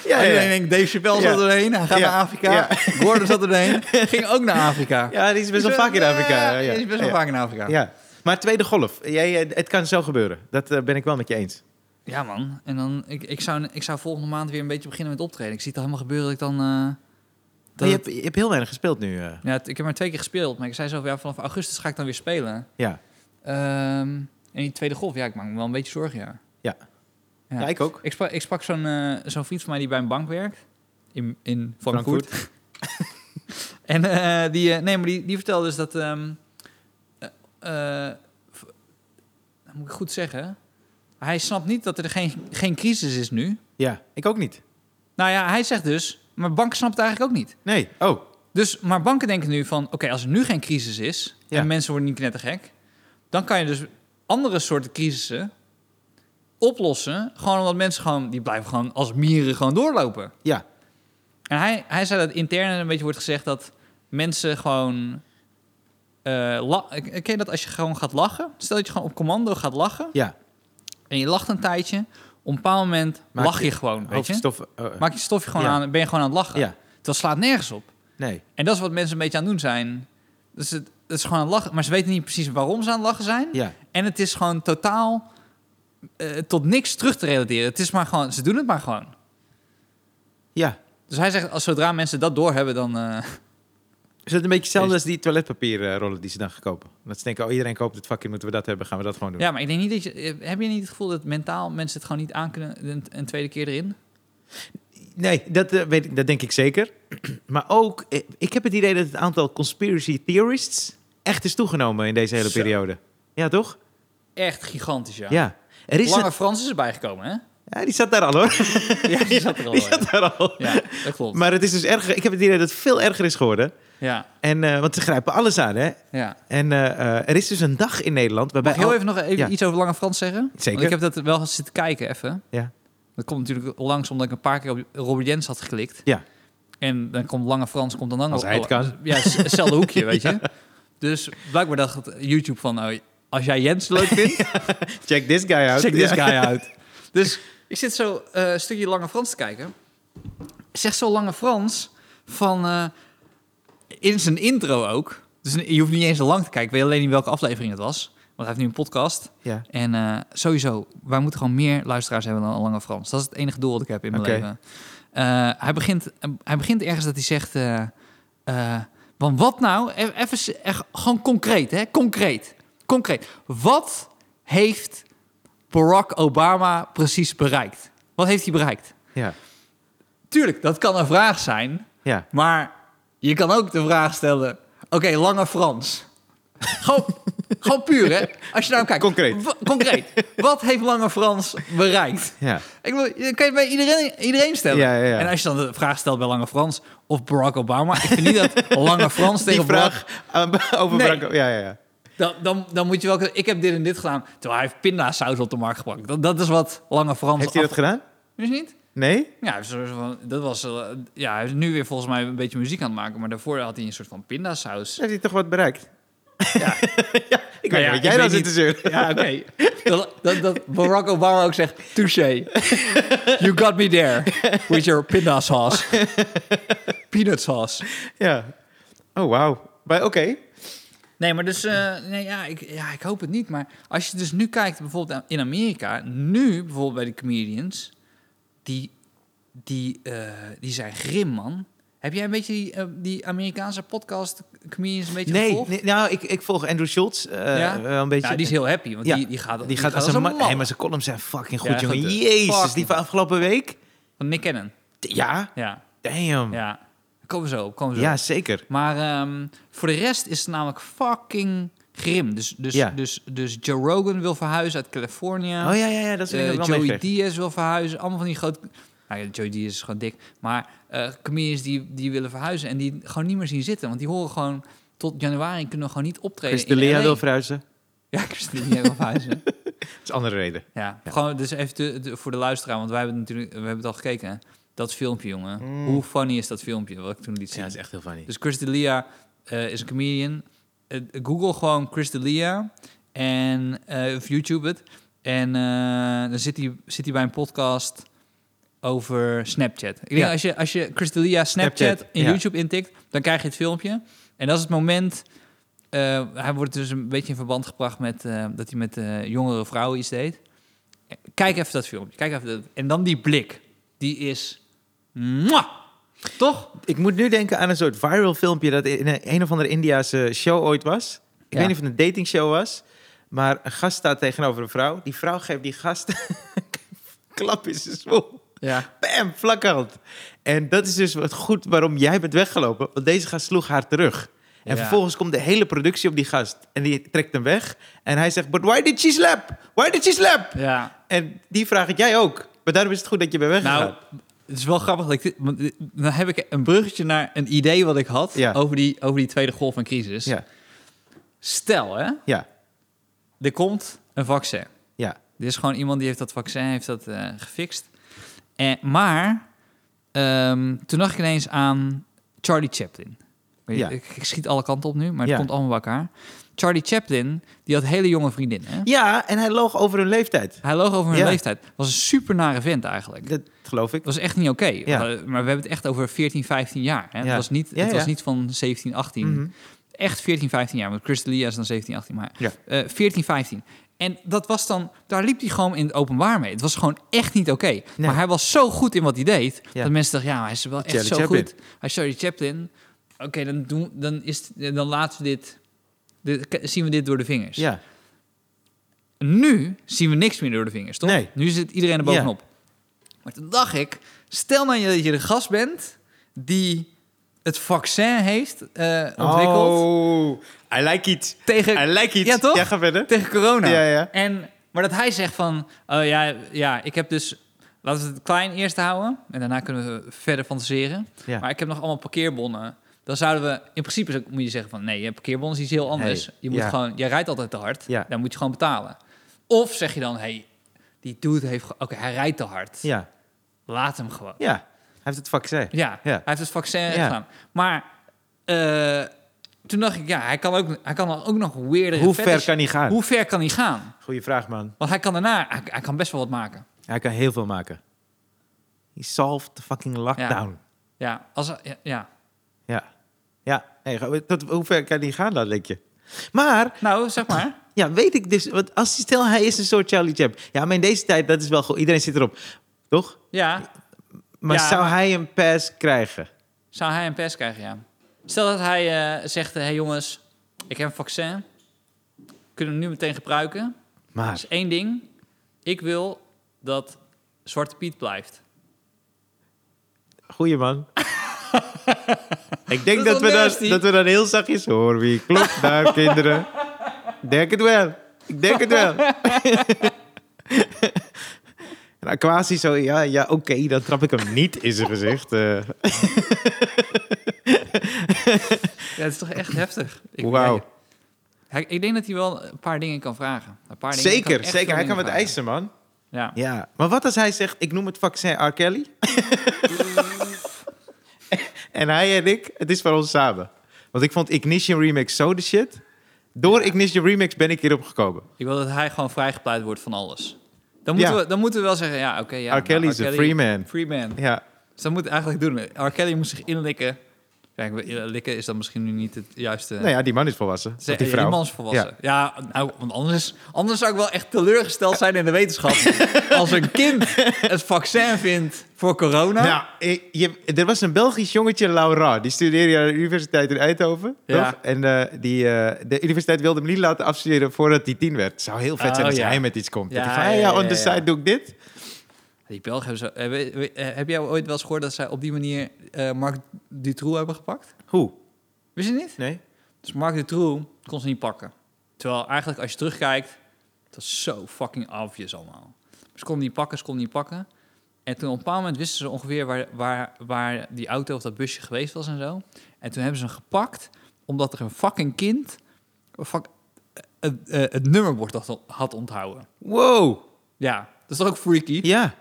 Iedereen denkt, Dave Chappelle Ja. zat erheen, hij gaat Ja. naar Afrika. Ja. Gordon zat erheen, ging ook naar Afrika. Ja, die is best wel vaak in Afrika. Ja, eh, die is best wel vaak in Afrika. Ja. Ja. Maar tweede golf, jij, eh, het kan zo gebeuren. Dat eh, ben ik wel met je eens. man. En dan, ik, ik, zou, ik zou volgende maand weer een beetje beginnen met optreden. Ik zie het al helemaal gebeuren dat ik dan... eh, Maar dat je, het- hebt, je hebt heel weinig gespeeld nu. eh. ja, het- ik heb maar twee keer gespeeld, maar ik zei zo, van, ja, vanaf augustus ga ik dan weer spelen. Ja. Ehm, en die tweede golf, ja, ik maak me wel een beetje zorgen, ja. Ja. Ja. ja, ik ook. Ik sprak, ik sprak zo'n eh, zo'n vriend van mij die bij een bank werkt. In, in Frankfurt. en eh, die, eh, nee, maar die, die vertelde dus dat... ehm, eh, eh, v- dat moet ik goed zeggen? Hij snapt niet dat er geen, geen crisis is nu. Ja, ik ook niet. Nou ja, hij zegt dus... Maar banken snapt het eigenlijk ook niet. Nee. Oh, Dus, maar banken denken nu van... Oké, als er nu geen crisis is... Ja. En mensen worden niet knettergek... Dan kan je dus andere soorten crisissen oplossen. Gewoon omdat mensen gewoon... Die blijven gewoon als mieren gewoon doorlopen. ja. En hij, hij zei dat intern een beetje wordt gezegd dat mensen gewoon... eh, la- ken je dat als je gewoon gaat lachen? Stel dat je gewoon op commando gaat lachen Ja, en je lacht een tijdje. Op een bepaald moment Maak lach je, je- gewoon, weet je? hoofdstof. eh, Maak je stofje gewoon Ja. aan en ben je gewoon aan het lachen. ja, Dat slaat nergens op. nee. En dat is wat mensen een beetje aan het doen zijn. Dus het, het is gewoon aan het lachen. Maar ze weten niet precies waarom ze aan het lachen zijn. Ja, En het is gewoon totaal eh, tot niks terug te relateren. Het is maar gewoon, ze doen het maar gewoon. ja. Dus hij zegt, als zodra mensen dat doorhebben, dan... eh, Is het een beetje hetzelfde als die toiletpapierrollen die ze dan gaan kopen? Dat ze denken, oh, iedereen koopt het, fucking moeten we dat hebben, gaan we dat gewoon doen. ja, maar ik denk niet dat je... eh, Heb je niet het gevoel dat mentaal mensen het gewoon niet aankunnen een, een tweede keer erin? Nee, dat, eh, weet ik, dat denk ik zeker. maar ook, eh, ik heb het idee dat het aantal conspiracy theorists echt is toegenomen in deze hele Zo. periode. Ja, toch? Echt gigantisch, ja. Ja. Er is Lange een- Frans is erbij gekomen, hè? ja, die zat daar al hoor. Ja, die zat er al. Die hè? zat daar al. Oh, Ja, dat klopt. Maar het is dus erger. Ik heb het idee dat het veel erger is geworden. Ja, En, eh, want ze grijpen alles aan, hè? ja. En eh, eh, er is dus een dag in Nederland waarbij. Mag ik heel al- even nog even Ja. iets over Lange Frans zeggen? Zeker. Want ik heb dat wel zitten kijken even. Ja. Dat komt natuurlijk langs omdat ik een paar keer op Robert Jens had geklikt. Ja. En dan komt Lange Frans, komt dan dan... Als hij het kan. Ja, het is hetzelfde hoekje, weet je. Dus blijkbaar dacht het YouTube van... oh, als jij Jens leuk vindt, Check this guy out. check this Ja. guy out. Dus ik zit zo eh, een stukje Lange Frans te kijken. Zegt zo Lange Frans van... eh, in zijn intro ook. Dus je hoeft niet eens zo lang te kijken. Ik weet alleen niet welke aflevering het was. Want hij heeft nu een podcast. Ja. En eh, sowieso, wij moeten gewoon meer luisteraars hebben dan Lange Frans. Dat is het enige doel dat ik heb in mijn Oké. leven. Eh, hij, begint, hij begint ergens dat hij zegt... eh eh, want wat nou? E- Even s- echt gewoon concreet, hè? Concreet. Concreet. Wat heeft Barack Obama precies bereikt? Wat heeft hij bereikt? Ja. Tuurlijk, dat kan een vraag zijn. Ja. Maar je kan ook de vraag stellen: oké, lange Frans. Gewoon, gewoon puur, hè? Als je naar hem kijkt. Concreet. Wa- concreet. Wat heeft lange Frans bereikt? Ja. Ik bedoel, je kan je bij iedereen, iedereen stellen. Ja, ja, ja. En als je dan de vraag stelt bij Lange Frans of Barack Obama... ik vind niet dat Lange Frans Die tegen Barack... vraag aan- over Nee. Branko. Ja, ja, ja. Dan, dan, dan moet je wel... Ik heb dit en dit gedaan, terwijl hij heeft pindasaus op de markt gebracht. Dat, dat is wat Lange Frans... Heeft hij dat af- gedaan? Dus niet? Nee? Ja, hij is een soort van- dat was, eh, ja, hij is nu weer volgens mij een beetje muziek aan het maken. Maar daarvoor had hij een soort van pindasaus. Heeft hij toch wat bereikt? Ja. Ik Nou weet ja, niet wat jij dan ik weet niet. zit te zeuren. Ja, oké. Dat, dat, dat Barack Obama ook zegt, touché. You got me there with your pinda sauce. Peanut sauce. Ja. Oh, wauw. Maar oké. Nee, maar dus, eh, nee, ja, ik, ja, ik hoop het niet. Maar als je dus nu kijkt, bijvoorbeeld aan- in Amerika, nu bijvoorbeeld bij de comedians, die, die, eh, die zijn grim, man. Heb jij een beetje die, eh, die Amerikaanse podcast comedians een beetje Nee, gevolgd? nee, nou, ik, ik volg Andrew Schultz eh, Ja? wel een beetje. Ja, die is heel happy, want Ja, die, die gaat, Die gaat als een man. man. Hey, maar zijn columns zijn fucking goed, eh, Ja, jongen. goed, hè. Jezus, Fucking die van afgelopen week. Van Nick Cannon. Ja, Ja, damn. Ja, ja. Daar Komen we zo op, komen we zo op. zeker. Maar ehm, voor de rest is het namelijk fucking grim. Dus, dus, Ja. dus, dus Joe Rogan wil verhuizen uit Californië. Oh ja, ja, ja, dat is Eh, ik ook wel Joey meegekregen. Diaz wil verhuizen. Allemaal van die grote... Nou ja, Joey Diaz is gewoon dik. Maar eh comedians die, die willen verhuizen en die het gewoon niet meer zien zitten. Want die horen gewoon... Tot januari kunnen we gewoon niet optreden Chris de in Lea LA. wil verhuizen. Ja, Christine Lea wil verhuizen. Dat is een andere reden. ja. gewoon dus even te- te- voor de luisteraar. Want wij hebben het natuurlijk... We hebben het al gekeken. hè. Dat filmpje, jongen. Hoe funny is dat filmpje? Wat ik toen liet zien. Mm. Ja, dat is echt heel funny. Dus Chris D'Elia eh, is een comedian. Eh, Google gewoon Chris D'Elia en eh, of YouTube het. En eh, dan zit hij, zit hij bij een podcast over Snapchat. Ik denk Ja. als je, als je Chris D'Elia Snapchat, Snapchat, in ja. YouTube intikt, dan krijg je het filmpje. En dat is het moment. eh, hij wordt dus een beetje in verband gebracht met eh, dat hij met eh, jongere vrouwen iets deed. Kijk even dat filmpje. Kijk even dat, en dan die blik. Die is. Mwah! Toch? Ik moet nu denken aan een soort viral filmpje dat in een, een of andere Indiase show ooit was. Ik Ja. weet niet of het een datingshow was, maar een gast staat tegenover een vrouw. Die vrouw geeft die gast een klap in zijn smoel. Ja. Bam, vlakhand. En dat is dus wat goed waarom jij bent weggelopen. Want deze gast sloeg haar terug. En Ja. vervolgens komt de hele productie op die gast. En die trekt hem weg. En hij zegt, but why did she slap? Why did she slap? Ja. En die vraag heb jij ook. Maar daarom is het goed dat je bent weggegaan. Nou, het is wel grappig. Dat ik dit, want dit- dan heb ik een bruggetje naar een idee wat ik had Ja. over, die, over die tweede golf van crisis. ja, Stel, hè, ja, er komt een vaccin. ja. Er is gewoon iemand die heeft dat vaccin heeft dat, eh, gefixt. En, maar Ehm, toen dacht ik ineens aan Charlie Chaplin. Weet je, Ja. Ik, ik schiet alle kanten op nu, maar het Ja. komt allemaal bij elkaar. Charlie Chaplin, die had hele jonge vriendinnen. hè? Ja, en hij loog over hun leeftijd. Hij loog over hun Ja. leeftijd. Was een super nare vent eigenlijk. Dat geloof ik. Het was echt niet oké. Ja. Maar we hebben het echt over 14, 15 jaar. Hè? Het, Ja. was niet, Ja, het was ja. niet van 17, 18. Mhm. Echt 14, 15 jaar. Want Chris D'Elia is dan 17, 18. Maar Ja. eh, 14, 15. En dat was dan... Daar liep hij gewoon in het openbaar mee. Het was gewoon echt niet oké. Maar hij was zo goed in wat hij deed... Ja. dat mensen dachten, ja, maar hij is wel echt Charlie zo Chaplin. goed. Hij is Charlie Chaplin. Oké, dan, doen, dan, is, dan laten we dit, dit... Zien we dit door de vingers. Ja. Nu zien we niks meer door de vingers, toch? Nee. Nu zit iedereen er bovenop. Maar toen dacht ik, stel nou je dat je de gast bent die het vaccin heeft eh, ontwikkeld Oh, I like it. I tegen, like it. Ja, toch? Ja, ga verder. tegen corona. Ja, ja. En, maar dat hij zegt van, oh ja, ja, ik heb dus... Laten we het klein eerst houden en daarna kunnen we verder fantaseren. Ja. Maar ik heb nog allemaal parkeerbonnen. Dan zouden we, in principe zou- moet je zeggen van... nee, je parkeerbonnen is iets heel anders. Nee, Je moet ja. gewoon, jij rijdt altijd te hard, Ja. dan moet je gewoon betalen. Of zeg je dan, hey, die dude heeft... ge- Oké, hij rijdt te hard, Ja, laat hem gewoon. ja. Hij heeft het vaccin. Ja, Ja. hij heeft het vaccin Ja. gedaan. Maar eh, toen dacht ik, ja, hij kan ook, hij kan ook nog weerdere Hoe ver fetish- kan hij gaan? Hoe ver kan hij gaan? Goeie vraag, man. Want hij kan daarna, hij, hij kan best wel wat maken. Hij kan heel veel maken. He solved the fucking lockdown. Ja, als, ja, ja. Ja. Ja. Hey, ga- tot, hoe ver kan hij gaan dan, denk je? Maar, Nou, zeg maar. ja, weet ik dus. Want als hij stel, hij is een soort Charlie Chaplin. Ja, maar in deze tijd, dat is wel goed. Iedereen zit erop. Toch? Ja, Maar Ja, zou maar- hij een pass krijgen? zou hij een pers krijgen, ja. Stel dat hij eh, zegt, hé hey, jongens, ik heb een vaccin. Kunnen we nu meteen gebruiken. Dat Maar, is één ding. Ik wil dat Zwarte Piet blijft. goeie man. ik denk Dat is dat, we dan, nasty. dat we dan heel zachtjes hoor wie klopt daar, kinderen. Denk het wel. Ik denk het wel. En Aquasi zo, ja, ja oké, dan trap ik hem niet in zijn gezicht. eh. Ja, dat is toch echt heftig. Ik- Wauw. Hij, ik denk dat hij wel een paar dingen kan vragen. Een paar dingen. Hij Zeker, kan echt zeker. veel Hij kan wat dingen eisen, vragen. man. Ja. Ja, maar wat als hij zegt, ik noem het vaccin R. Kelly? en hij en ik, het is van ons samen. Want ik vond Ignition Remix zo de shit. Door Ignition Remix ben ik hierop gekomen. Ik wil dat hij gewoon vrijgepleit wordt van alles. Dan moeten, Ja. we, dan moeten we wel zeggen, ja, oké. ja, R. maar Kelly is een free man. Free man. Ja, Dus dat moet hij eigenlijk doen. R. Kelly moet zich inlikken. Kijk, likken is dan misschien nu niet het juiste... nou ja, die man is volwassen. Ze- Want die vrouw. Die man is volwassen. Ja, nou, want anders, anders zou ik wel echt teleurgesteld zijn in de wetenschap. als een kind het vaccin vindt voor corona. Nou, eh, je, er was een Belgisch jongetje, Laura. Die studeerde aan de universiteit in Eindhoven. Ja. Toch? En eh, die, eh, de universiteit wilde hem niet laten afstuderen voordat hij tien werd. Het zou heel vet zijn Oh, als ja. hij met iets komt. Ja, Ja, ja, ja, ja, on ja, the ja. side doe ik dit. Die Belgen hebben zo... eh, Heb, heb- heb jij ooit wel eens gehoord dat zij op die manier eh, Marc Dutroux hebben gepakt? Hoe? Wist je niet? Nee? Dus Marc Dutroux kon ze niet pakken. Terwijl eigenlijk als je terugkijkt, dat is zo fucking obvious allemaal. Ze konden niet pakken, ze konden niet pakken. En toen op een bepaald moment wisten ze ongeveer waar, waar, waar die auto of dat busje geweest was en zo. En toen hebben ze hem gepakt, omdat er een fucking kind een fuck, het, eh, het nummerbord had, had onthouden. Wow. Ja, dat is toch ook freaky? Ja.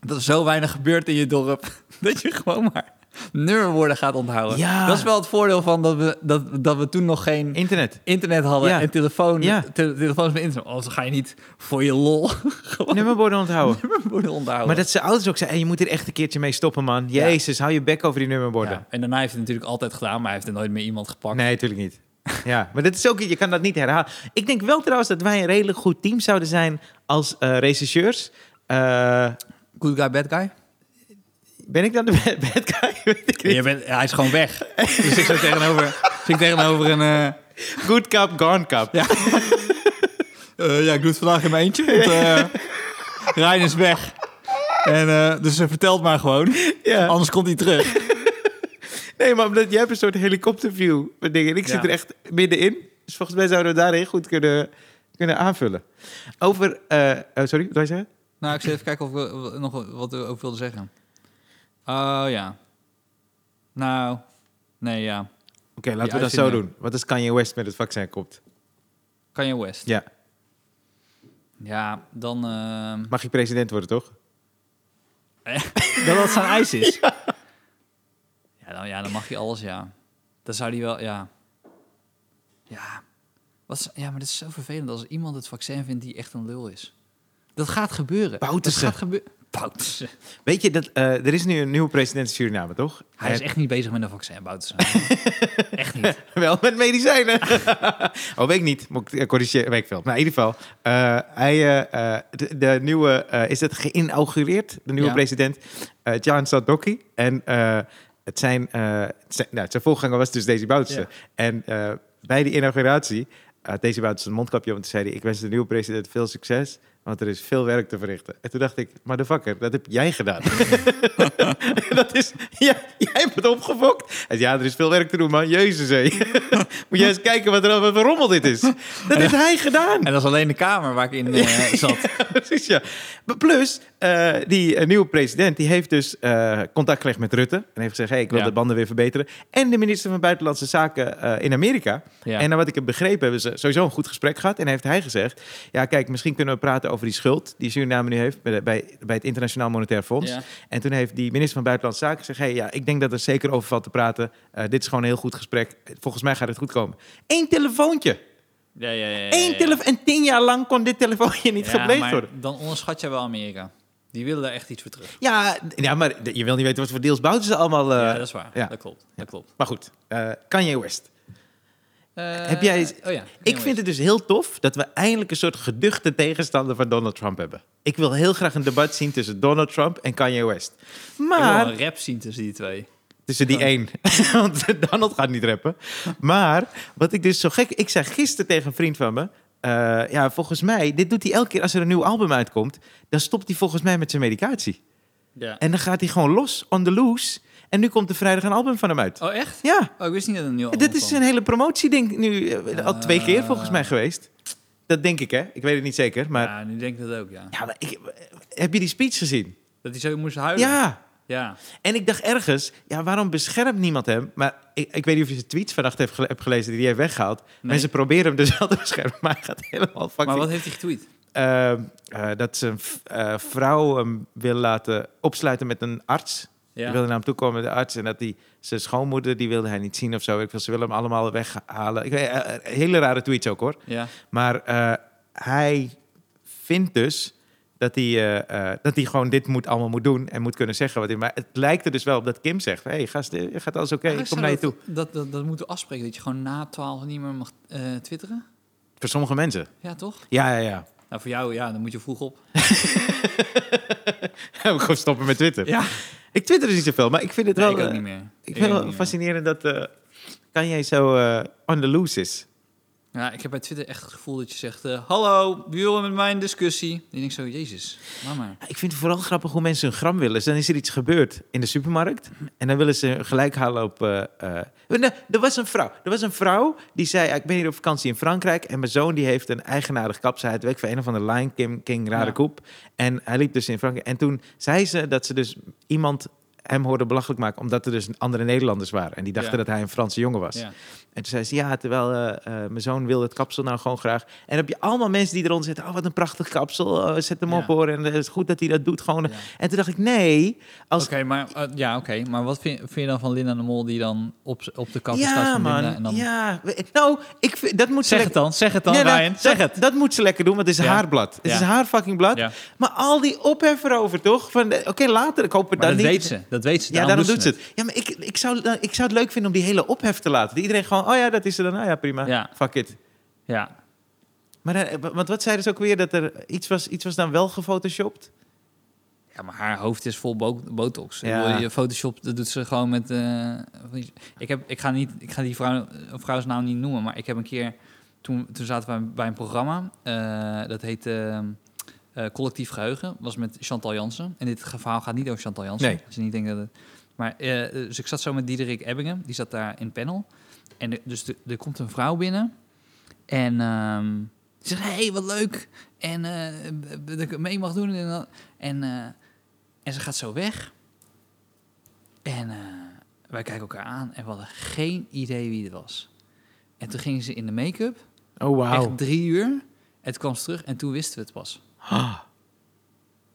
Dat er zo weinig gebeurt in je dorp, dat je gewoon maar nummerwoorden gaat onthouden. Ja. Dat is wel het voordeel van dat we, dat, dat we toen nog geen Internet. internet hadden Ja. en telefoon, Ja. tele- telefoons met internet. Anders ga je niet voor je lol gewoon Nummerborden onthouden. nummerborden onthouden. Maar dat zijn ouders ook zeiden, "Hey, je moet er echt een keertje mee stoppen, man. Jezus, hou je bek over die nummerborden. Ja. En daarna heeft hij het natuurlijk altijd gedaan, maar hij heeft er nooit meer iemand gepakt. Nee, natuurlijk niet. Ja, maar dat is ook, je kan dat niet herhalen. Ik denk wel trouwens dat wij een redelijk goed team zouden zijn als eh regisseurs. Eh, Good guy, bad guy? ben ik dan de bad- bad guy? Weet ik niet. Je bent, hij is gewoon weg. dus ik zit tegenover, zit tegenover een... eh, Good cup, gone cup. Ja. Eh, ja, ik doe het vandaag in mijn eentje. Want, eh, Rijn is weg. En, eh, dus ze vertelt maar gewoon. Ja. Anders komt hij terug. Nee, maar omdat jij hebt een soort helikopterview. met dingen. En ik zit Ja. er echt middenin. Dus volgens mij zouden we daarin goed kunnen, kunnen aanvullen. Over, eh, eh, sorry, wat wil je zeggen? Nou, ik zit even kijken of ik eh, nog wat we over wilde zeggen. Oh ja. Nou, nee ja. eh, Oké, laten Die we dat zo uitvinding. doen. Want als Kanye West met het vaccin komt. Kanye West. Ja, Ja, dan... eh, ehm, mag je president worden, toch? dat dat zijn ijs is. Ja. dan, ja, dan mag je alles, ja. Dan zou die wel, ja. Ja. Wat, is- ja, maar dat is zo vervelend als iemand het vaccin vindt die echt een lul is. Dat gaat gebeuren. Bouterse. Dat gaat gebeuren. Bouterse. Weet je, dat, eh, er is nu een nieuwe president in Suriname, toch? Eh, Hij is En- echt niet bezig met een vaccin, Bouterse. echt niet. Wel met medicijnen. oh, weet ik niet. Moet ik eh, corrigeren? Weet ik veel. Maar in ieder geval, eh, hij, eh, eh, de, de nieuwe, eh, is het geïnaugureerd? De nieuwe Ja. president, eh John Sadoki. En eh, het zijn, eh, het zijn, nou, zijn voorganger was dus Daisy Bouterse. Ja. En eh, bij die inauguratie had Daisy Bouterse een mondkapje op en toen zei hij, ik wens de nieuwe president veel succes. Want er is veel werk te verrichten. En toen dacht ik, motherfucker, dat heb jij gedaan. dat is, ja, jij bent opgefokt. Hij zei, ja, er is veel werk te doen, man. Jezus, hé. Moet jij eens kijken wat, er, wat voor rommel dit is. Dat heeft hij gedaan. En dat is alleen de kamer waar ik in eh, zat. Precies, ja. Maar Plus, eh, die eh, nieuwe president die heeft dus eh, contact gelegd met Rutte. En heeft gezegd, hey, ik wil Ja. de banden weer verbeteren. En de minister van Buitenlandse Zaken eh, in Amerika. Ja. En naar wat ik heb begrepen, hebben ze sowieso een goed gesprek gehad. En heeft hij gezegd, ja, kijk, misschien kunnen we praten over die schuld... die Suriname nu heeft bij, de- bij, bij het Internationaal Monetair Fonds. Ja. En toen heeft die minister van Buitenlandse Zaken gezegd... hey, ja, ik denk dat er zeker over valt te praten. Eh, dit is gewoon een heel goed gesprek. Volgens mij gaat het goed komen. Eén telefoontje. Ja, ja, ja. ja, Eén ja. telefoon. En tien jaar lang kon dit telefoontje niet Ja, gebleven maar worden. Dan onderschat je wel Amerika. Die willen daar echt iets voor terug. Ja, d- ja, maar d- je wil niet weten wat voor deals bouwden ze allemaal. eh, ja, dat is waar. ja. Dat klopt. Dat klopt. Maar goed, eh Kanye West. Eh, Heb jij- Oh ja. Ik vind het dus heel tof dat we eindelijk een soort geduchte tegenstander van Donald Trump hebben. Ik wil heel graag een debat zien tussen Donald Trump en Kanye West. Ik wil wel Maar een rap zien tussen die twee. tussen die één. Want Donald gaat niet rappen. Maar wat ik dus zo gek. Ik zei gisteren tegen een vriend van me. eh, ja, volgens mij, dit doet hij elke keer als er een nieuw album uitkomt. Dan stopt hij volgens mij met zijn medicatie. Ja. En dan gaat hij gewoon los, on the loose. En nu komt er vrijdag een album van hem uit. Oh, echt? Ja. Oh, ik wist niet dat het een nieuw Dit album is kwam. een hele promotieding nu eh, al twee keer Ah. volgens mij geweest. Dat denk ik, hè? Ik weet het niet zeker, maar... Ja, Ja, nu denk ik dat ook, ja. maar ik, heb je die speech gezien? Dat hij zo moest huilen. Ja. Oh, Ja. En ik dacht ergens, ja, waarom beschermt niemand hem? Maar ik, ik weet niet of je zijn tweets vannacht heeft gele- hebt gelezen die hij heeft weggehaald. Mensen proberen hem dus wel te beschermen, maar hij gaat helemaal fucking... Maar wat heeft hij getweet? Eh, eh, dat zijn v- eh, vrouw hem wil laten opsluiten met een arts. Die Ja. wilde naar hem toe komen, de arts. En dat die, zijn schoonmoeder, die wilde hij niet zien of zo. Ik wil, ze willen hem allemaal weghalen. Ik, weet- eh, eh, hele rare tweets ook, hoor. Ja. Maar eh, hij vindt dus dat hij, eh, eh, dat hij gewoon dit moet, allemaal moet doen en moet kunnen zeggen. Wat hij, maar het lijkt er dus wel op dat Kim zegt: Hé, hey, gast, eh, gaat alles oké? Ah, ik kom zou naar je toe. dat, Dat, dat, dat moeten we afspreken, dat je gewoon na 12 niet meer mag eh, twitteren. Voor sommige mensen. Ja, toch? Ja, ja, ja. Nou, voor jou, ja, dan moet je vroeg op. gewoon stoppen met Twitter. Ja, Ik twitter dus niet zoveel, maar ik vind het nee, wel. ik ook eh, niet meer. ik vind ook het wel niet meer. fascinerend dat eh, kan Kanye zo eh, on the loose is. Ja, ik heb bij Twitter echt het gevoel dat je zegt... eh, Hallo, wie wil met mij een discussie? En ik denk zo, jezus, laat maar. Ik vind het vooral grappig hoe mensen hun gram willen. Dus dan is er iets gebeurd in de supermarkt. En dan willen ze gelijk halen op... eh, eh, nee, er, was een vrouw. er was een vrouw die zei... "Ah, Ik ben hier op vakantie in Frankrijk. En mijn zoon die heeft een eigenaardig kapsel. Hij werkt voor een of andere Lion King, King rare Ja. koep. En hij liep dus in Frankrijk. En toen zei ze dat ze dus iemand hem hoorde belachelijk maken... omdat er dus andere Nederlanders waren. En die dachten Ja. dat hij een Franse jongen was. Ja. En toen zei ze, ja, terwijl eh, eh, mijn zoon wil het kapsel nou gewoon graag. En dan heb je allemaal mensen die eronder zitten, oh, wat een prachtig kapsel, eh, zet hem Ja. op hoor. En eh, het is goed dat hij dat doet, gewoon. eh, Ja. En toen dacht ik, nee. Als... Oké, maar, eh, ja, oké. maar wat vind, vind je dan van Linda de Mol die dan op, z- op de kap staat ja, van man. Linda? En dan... Ja, We- nou, ik vind, dat moet ze Zeg het lekker... dan, zeg het dan, Nee, nou, Ryan. Zeg dat, het. dat moet ze lekker doen, want het is Ja. haar blad. Het Ja. is haar fucking blad. Ja. Maar al die ophef erover, toch? Van, eh, Oké, later, ik hoop het Maar dan dat niet. weet ze, dat weet ze. Ja, daarom doet ze het. Ja, maar ik, ik, zou, eh, ik zou het leuk vinden om die hele ophef te laten. Dat iedereen gewoon, oh ja, dat is er dan. Nou ja, prima. Ja. Fuck it. Ja. Maar dan- want wat zeiden ze ook weer? Dat er iets was, iets was dan wel gefotoshopt? ja, maar haar hoofd is vol bo- botox. Ik Ja. bedoel, Je Photoshop, dat doet ze gewoon met... eh, van die- ik, heb, ik, ga niet, ik ga die vrouw, vrouwsnaam niet noemen, maar ik heb een keer... Toen, toen zaten wij bij een programma, eh, dat heet eh, eh, Collectief Geheugen. was met Chantal Jansen. En dit ge- verhaal gaat niet over Chantal Jansen. Nee. Dus niet denken dat het... Maar eh, dus ik zat zo met Diederik Ebbingen, die zat daar in het panel. En de- dus de- er komt een vrouw binnen en ehm, die zegt, hey, wat leuk. En eh, b- b- dat ik mee mag doen. En, dat. en, eh, en ze gaat zo weg. En eh, wij kijken elkaar aan en we hadden geen idee wie het was. En toen gingen ze in de make-up, Oh, echt drie uur. Het kwam ze terug en toen wisten we het pas.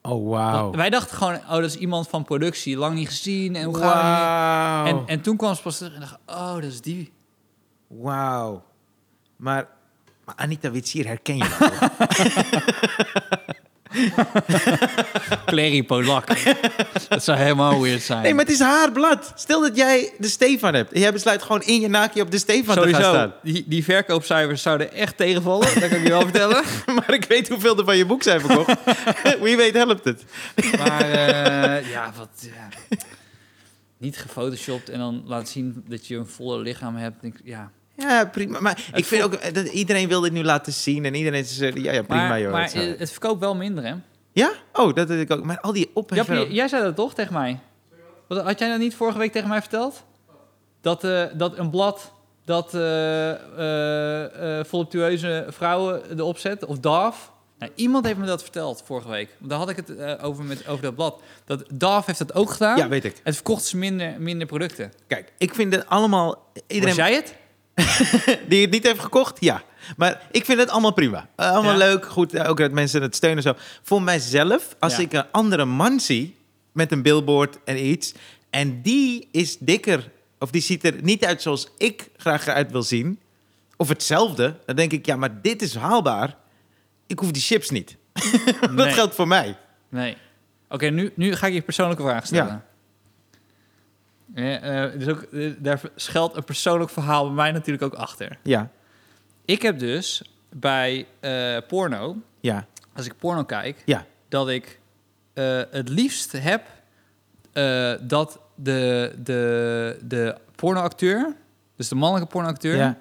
Oh, wauw. Wij dachten gewoon, oh, dat is iemand van productie, lang niet gezien en hoe gaat Wauw. het nu? En, en toen kwam ze pas terug en dacht, oh, dat is die. Wauw. Maar, maar Anita Witsier herken je wel. toch? Clary Polak. dat zou helemaal weird zijn. nee, maar het is haar blad. Stel dat jij de Stefan hebt. En jij besluit gewoon in je naakje op de Stefan te gaan Sowieso, staan. die, die verkoopcijfers zouden echt tegenvallen. dat kan ik je wel vertellen. Maar ik weet hoeveel er van je boek zijn verkocht. Wie weet helpt het. Maar eh, ja, wat... ja. Niet gefotoshopt en dan laten zien dat je een volle lichaam hebt. Ik- Ja. Ja, prima. Maar ik Het vind ook eh, dat iedereen wil dit nu laten zien. En iedereen is eh, ja, ja, prima maar joh. maar het zou- eh, het verkoopt wel minder, hè? Ja? Oh, dat weet ik ook. Maar al die ophef... Jappie, jij zei dat toch tegen mij? Wat, had jij dat niet vorige week tegen mij verteld? Dat, eh, dat een blad dat eh, eh, eh, voluptueuze vrouwen erop zet, of DAF. Nou, iemand heeft me dat verteld vorige week. Daar had ik het eh, over, met, over dat blad. Dat DAF heeft dat ook gedaan. ja, weet ik. Het verkocht ze minder, minder producten. Kijk, ik vind het allemaal... Iedereen Was jij het? die het niet heeft gekocht, ja. Maar ik vind het allemaal prima. Eh, allemaal Ja. leuk, goed. eh, Ook dat mensen het steunen zo. Voor mijzelf, als Ja. ik een andere man zie met een billboard en iets... en die is dikker, of die ziet er niet uit zoals ik graag eruit wil zien... of hetzelfde, dan denk ik, ja, maar dit is haalbaar. Ik hoef die chips niet. Dat Nee. geldt voor mij. Nee. Oké, nu, nu ga ik je persoonlijke vraag stellen. Ja. Eh, eh, dus ook, eh, daar schuilt een persoonlijk verhaal bij mij natuurlijk ook achter. Ja, Ik heb dus bij eh, porno, ja, als ik porno kijk, ja. dat ik eh, het liefst heb eh, dat de, de, de pornoacteur, dus de mannelijke pornoacteur, ja.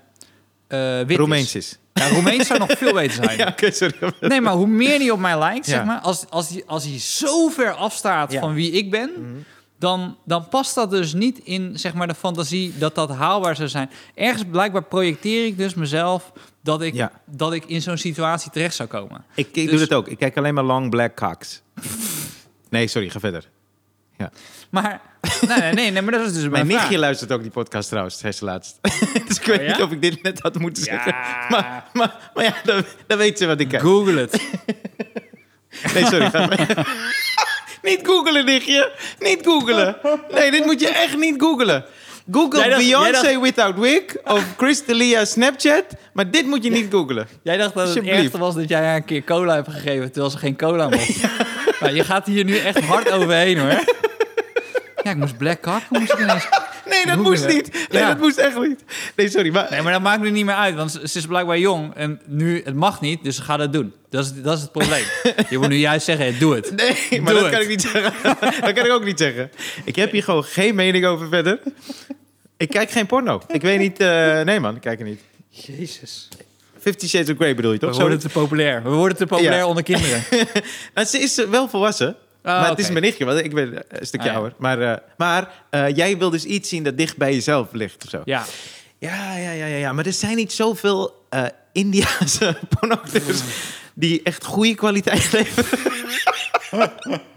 eh, wit is. Roemeens is. Ja, Roemeens zou nog veel beter zijn. Ja, oké, sorry. Nee, maar hoe meer die op mij lijkt, Ja. zeg maar, als, als, die, als hij zo ver afstaat Ja. Mhm. van wie ik ben, dan, dan past dat dus niet in zeg maar, de fantasie dat dat haalbaar zou zijn. Ergens blijkbaar projecteer ik dus mezelf dat ik, Ja. dat ik in zo'n situatie terecht zou komen. Ik, ik doe Dus- dat ook. Ik kijk alleen maar long black cocks. Nee, sorry, ga verder. Maar nee, nee, nee, nee, maar dat is dus Mijn mijn vraag. nichtje luistert ook die podcast trouwens, zei ze laatst. dus ik weet Oh ja? niet of ik dit net had moeten zeggen. Ja. Maar, maar, maar ja, dan, dan weet ze wat ik heb. Google het. Nee, sorry. Ga maar. niet googelen, nichtje. Niet googelen. Nee, dit moet je echt niet googelen. Google Jij dacht- Beyoncé jij without wig of Chris D'Elia Snapchat. Maar dit moet je niet googelen. Jij dacht dat het Alsjeblieft. ergste was dat jij haar een keer cola hebt gegeven terwijl ze geen cola mocht. Nou, je gaat hier nu echt hard overheen hoor. Ja, ik moest black cock, moest ik ineens Nee, dat Googelen. moest niet. Nee, Ja. dat moest echt niet. Nee, sorry. Maar, Nee, maar dat maakt nu niet meer uit, want ze ze is blijkbaar jong en nu, het mag niet, dus ze gaat dat doen. Dat is, dat is het probleem. Je moet nu juist zeggen, doe het. Nee, maar Doe dat kan ik het. niet zeggen. dat kan ik ook niet zeggen. Ik heb hier gewoon geen mening over verder. Ik kijk geen porno. Ik weet niet... eh, nee man, ik kijk er niet. Jezus. Fifty Shades of Grey bedoel je We toch? Zo, worden te populair. We worden te populair Ja. onder kinderen. nou, ze is eh, wel volwassen. maar het is Ah, oké. mijn nichtje, want ik ben eh, een stukje Ah, ja. ouder. Maar, eh, maar eh, jij wil dus iets zien dat dicht bij jezelf ligt of zo. Ja. Ja, ja, ja, ja. ja. Maar er zijn niet zoveel eh Indiaanse pornoacteurs die echt goede kwaliteit leveren.